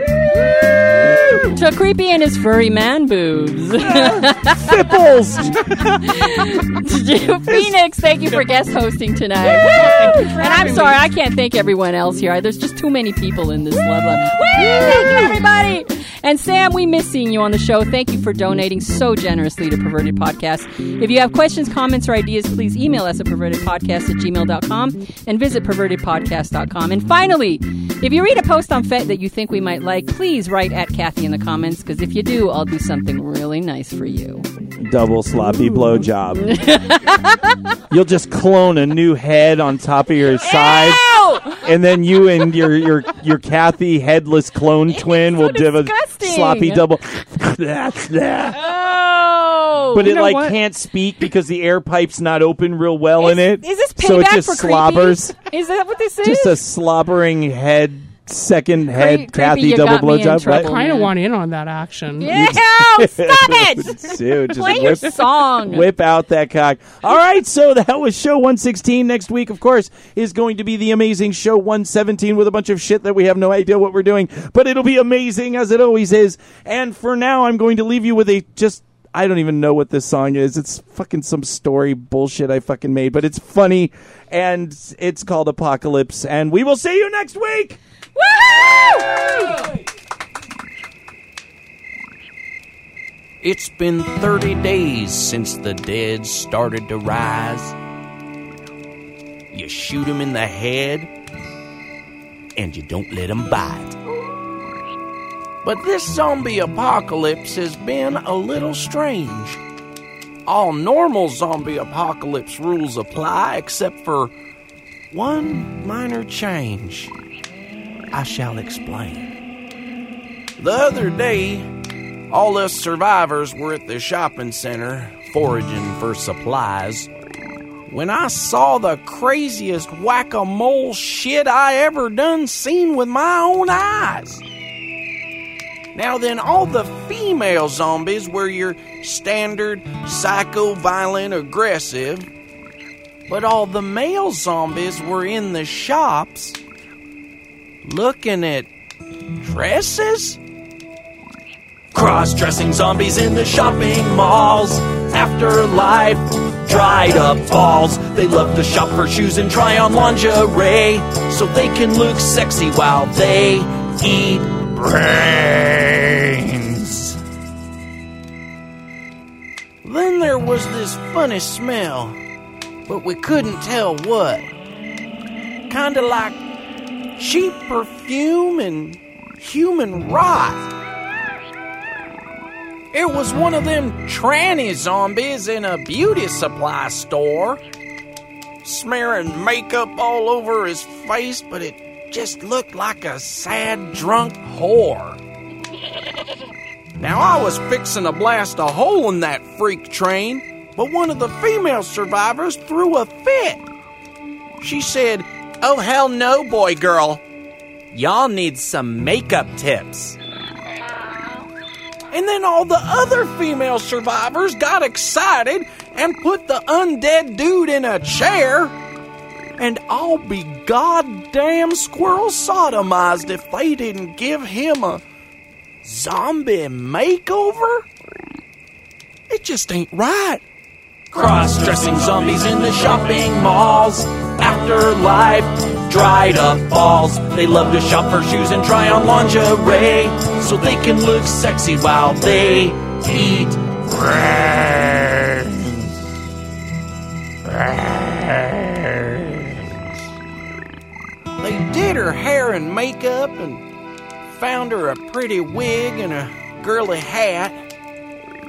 Speaker 4: room, to Creepy and his furry man boobs,
Speaker 1: Nipples.
Speaker 4: to Phoenix. Thank you for guest hosting tonight. And I'm sorry, I can't thank everyone else here. There's just too many people in this love lab. Woo! Thank you, everybody. And Sam, we miss seeing you on the show. Thank you for donating so generously to Perverted Podcast. If you have questions, comments, or ideas, please email us at pervertedpodcast at gmail.com and visit pervertedpodcast.com. And finally, if you read a post on FET that you think we might like, please write at Kathy in the comments because if you do, I'll do something really nice for you.
Speaker 1: double sloppy blowjob. You'll just clone a new head on top of your side,
Speaker 4: Ow!
Speaker 1: and then you and your your your Kathy headless clone twin will give a
Speaker 4: disgusting.
Speaker 1: sloppy double. but
Speaker 4: Oh!
Speaker 1: it
Speaker 8: know
Speaker 1: like
Speaker 8: what?
Speaker 1: can't speak because the air pipe's not open real well in it.
Speaker 4: Is this payback
Speaker 1: so it just
Speaker 4: for
Speaker 1: slobbers.
Speaker 4: Creepy? Is that what this is?
Speaker 1: Just a slobbering head, second head
Speaker 4: Creepy,
Speaker 1: Kathy
Speaker 4: you
Speaker 1: double
Speaker 4: got me in
Speaker 1: blowjob.
Speaker 4: trouble.
Speaker 1: Right?
Speaker 8: I kind
Speaker 4: Yeah.
Speaker 8: of want in on that action.
Speaker 4: Ew, stop it!
Speaker 1: Dude, just
Speaker 4: Play your
Speaker 1: whip-
Speaker 4: song.
Speaker 1: Whip out that cock. All right, so that was show 116. Next week, of course, is going to be the amazing show 117 with a bunch of shit that we have no idea what we're doing, but it'll be amazing as it always is. And for now, I'm going to leave you with a just. I don't even know what this song is. It's fucking some story bullshit I fucking made, but it's funny and it's called Apocalypse. And we will see you next week.
Speaker 4: Woo!
Speaker 1: It's been 30 days since the dead started to rise. You shoot 'em in the head, and you don't let 'em bite. But this zombie apocalypse has been a little strange. All normal zombie apocalypse rules apply except for one minor change. I shall explain. The other day, all us survivors were at the shopping center foraging for supplies when I saw the craziest whack a mole shit I ever done seen with my own eyes. Now then, all the female zombies were your standard psycho violent aggressive, but all the male zombies were in the shops looking at dresses? Cross dressing zombies in the shopping malls. Afterlife, dried up balls. They love to shop for shoes and try on lingerie so they can look sexy while they eat brains. Then there was this funny smell, but we couldn't tell what. Kinda like cheap perfume and human rot. It was one of them tranny zombies in a beauty supply store, smearing makeup all over his face, but it just looked like a sad, drunk whore. Now, I was fixing to blast a hole in that freak train, but one of the female survivors threw a fit. She said, Oh, hell no, boy girl. Y'all need some makeup tips. And then all the other female survivors got excited and put the undead dude in a chair. And I'll be goddamn squirrel sodomized if they didn't give him a zombie makeover? It just ain't right. Cross dressing zombies in the shopping malls. Afterlife, dried up balls. They love to shop for shoes and try on lingerie so they can look sexy while they eat brains. Brains. They did her hair and makeup and found her a pretty wig and a girly hat.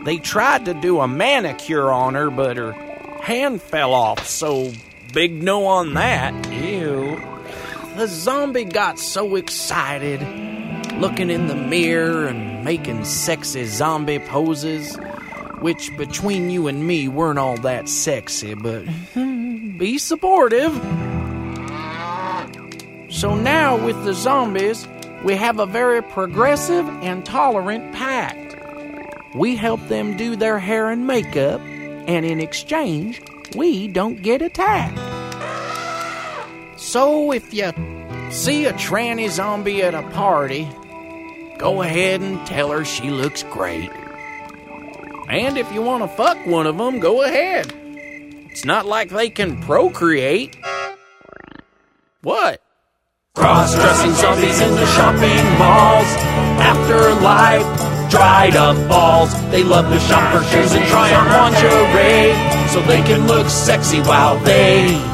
Speaker 1: They tried to do a manicure on her, but her hand fell off, so big no on that. Ew. The zombie got so excited, looking in the mirror and making sexy zombie poses, which between you and me weren't all that sexy, but be supportive. So now, with the zombies, we have a very progressive and tolerant pact. We help them do their hair and makeup, and in exchange, we don't get attacked. So if you see a tranny zombie at a party, go ahead and tell her she looks great. And if you want to fuck one of them, go ahead. It's not like they can procreate. What? Cross dressing zombies in the shopping malls. Afterlife, dried up balls. They love to shop for shoes and try on lingerie so they can look sexy while they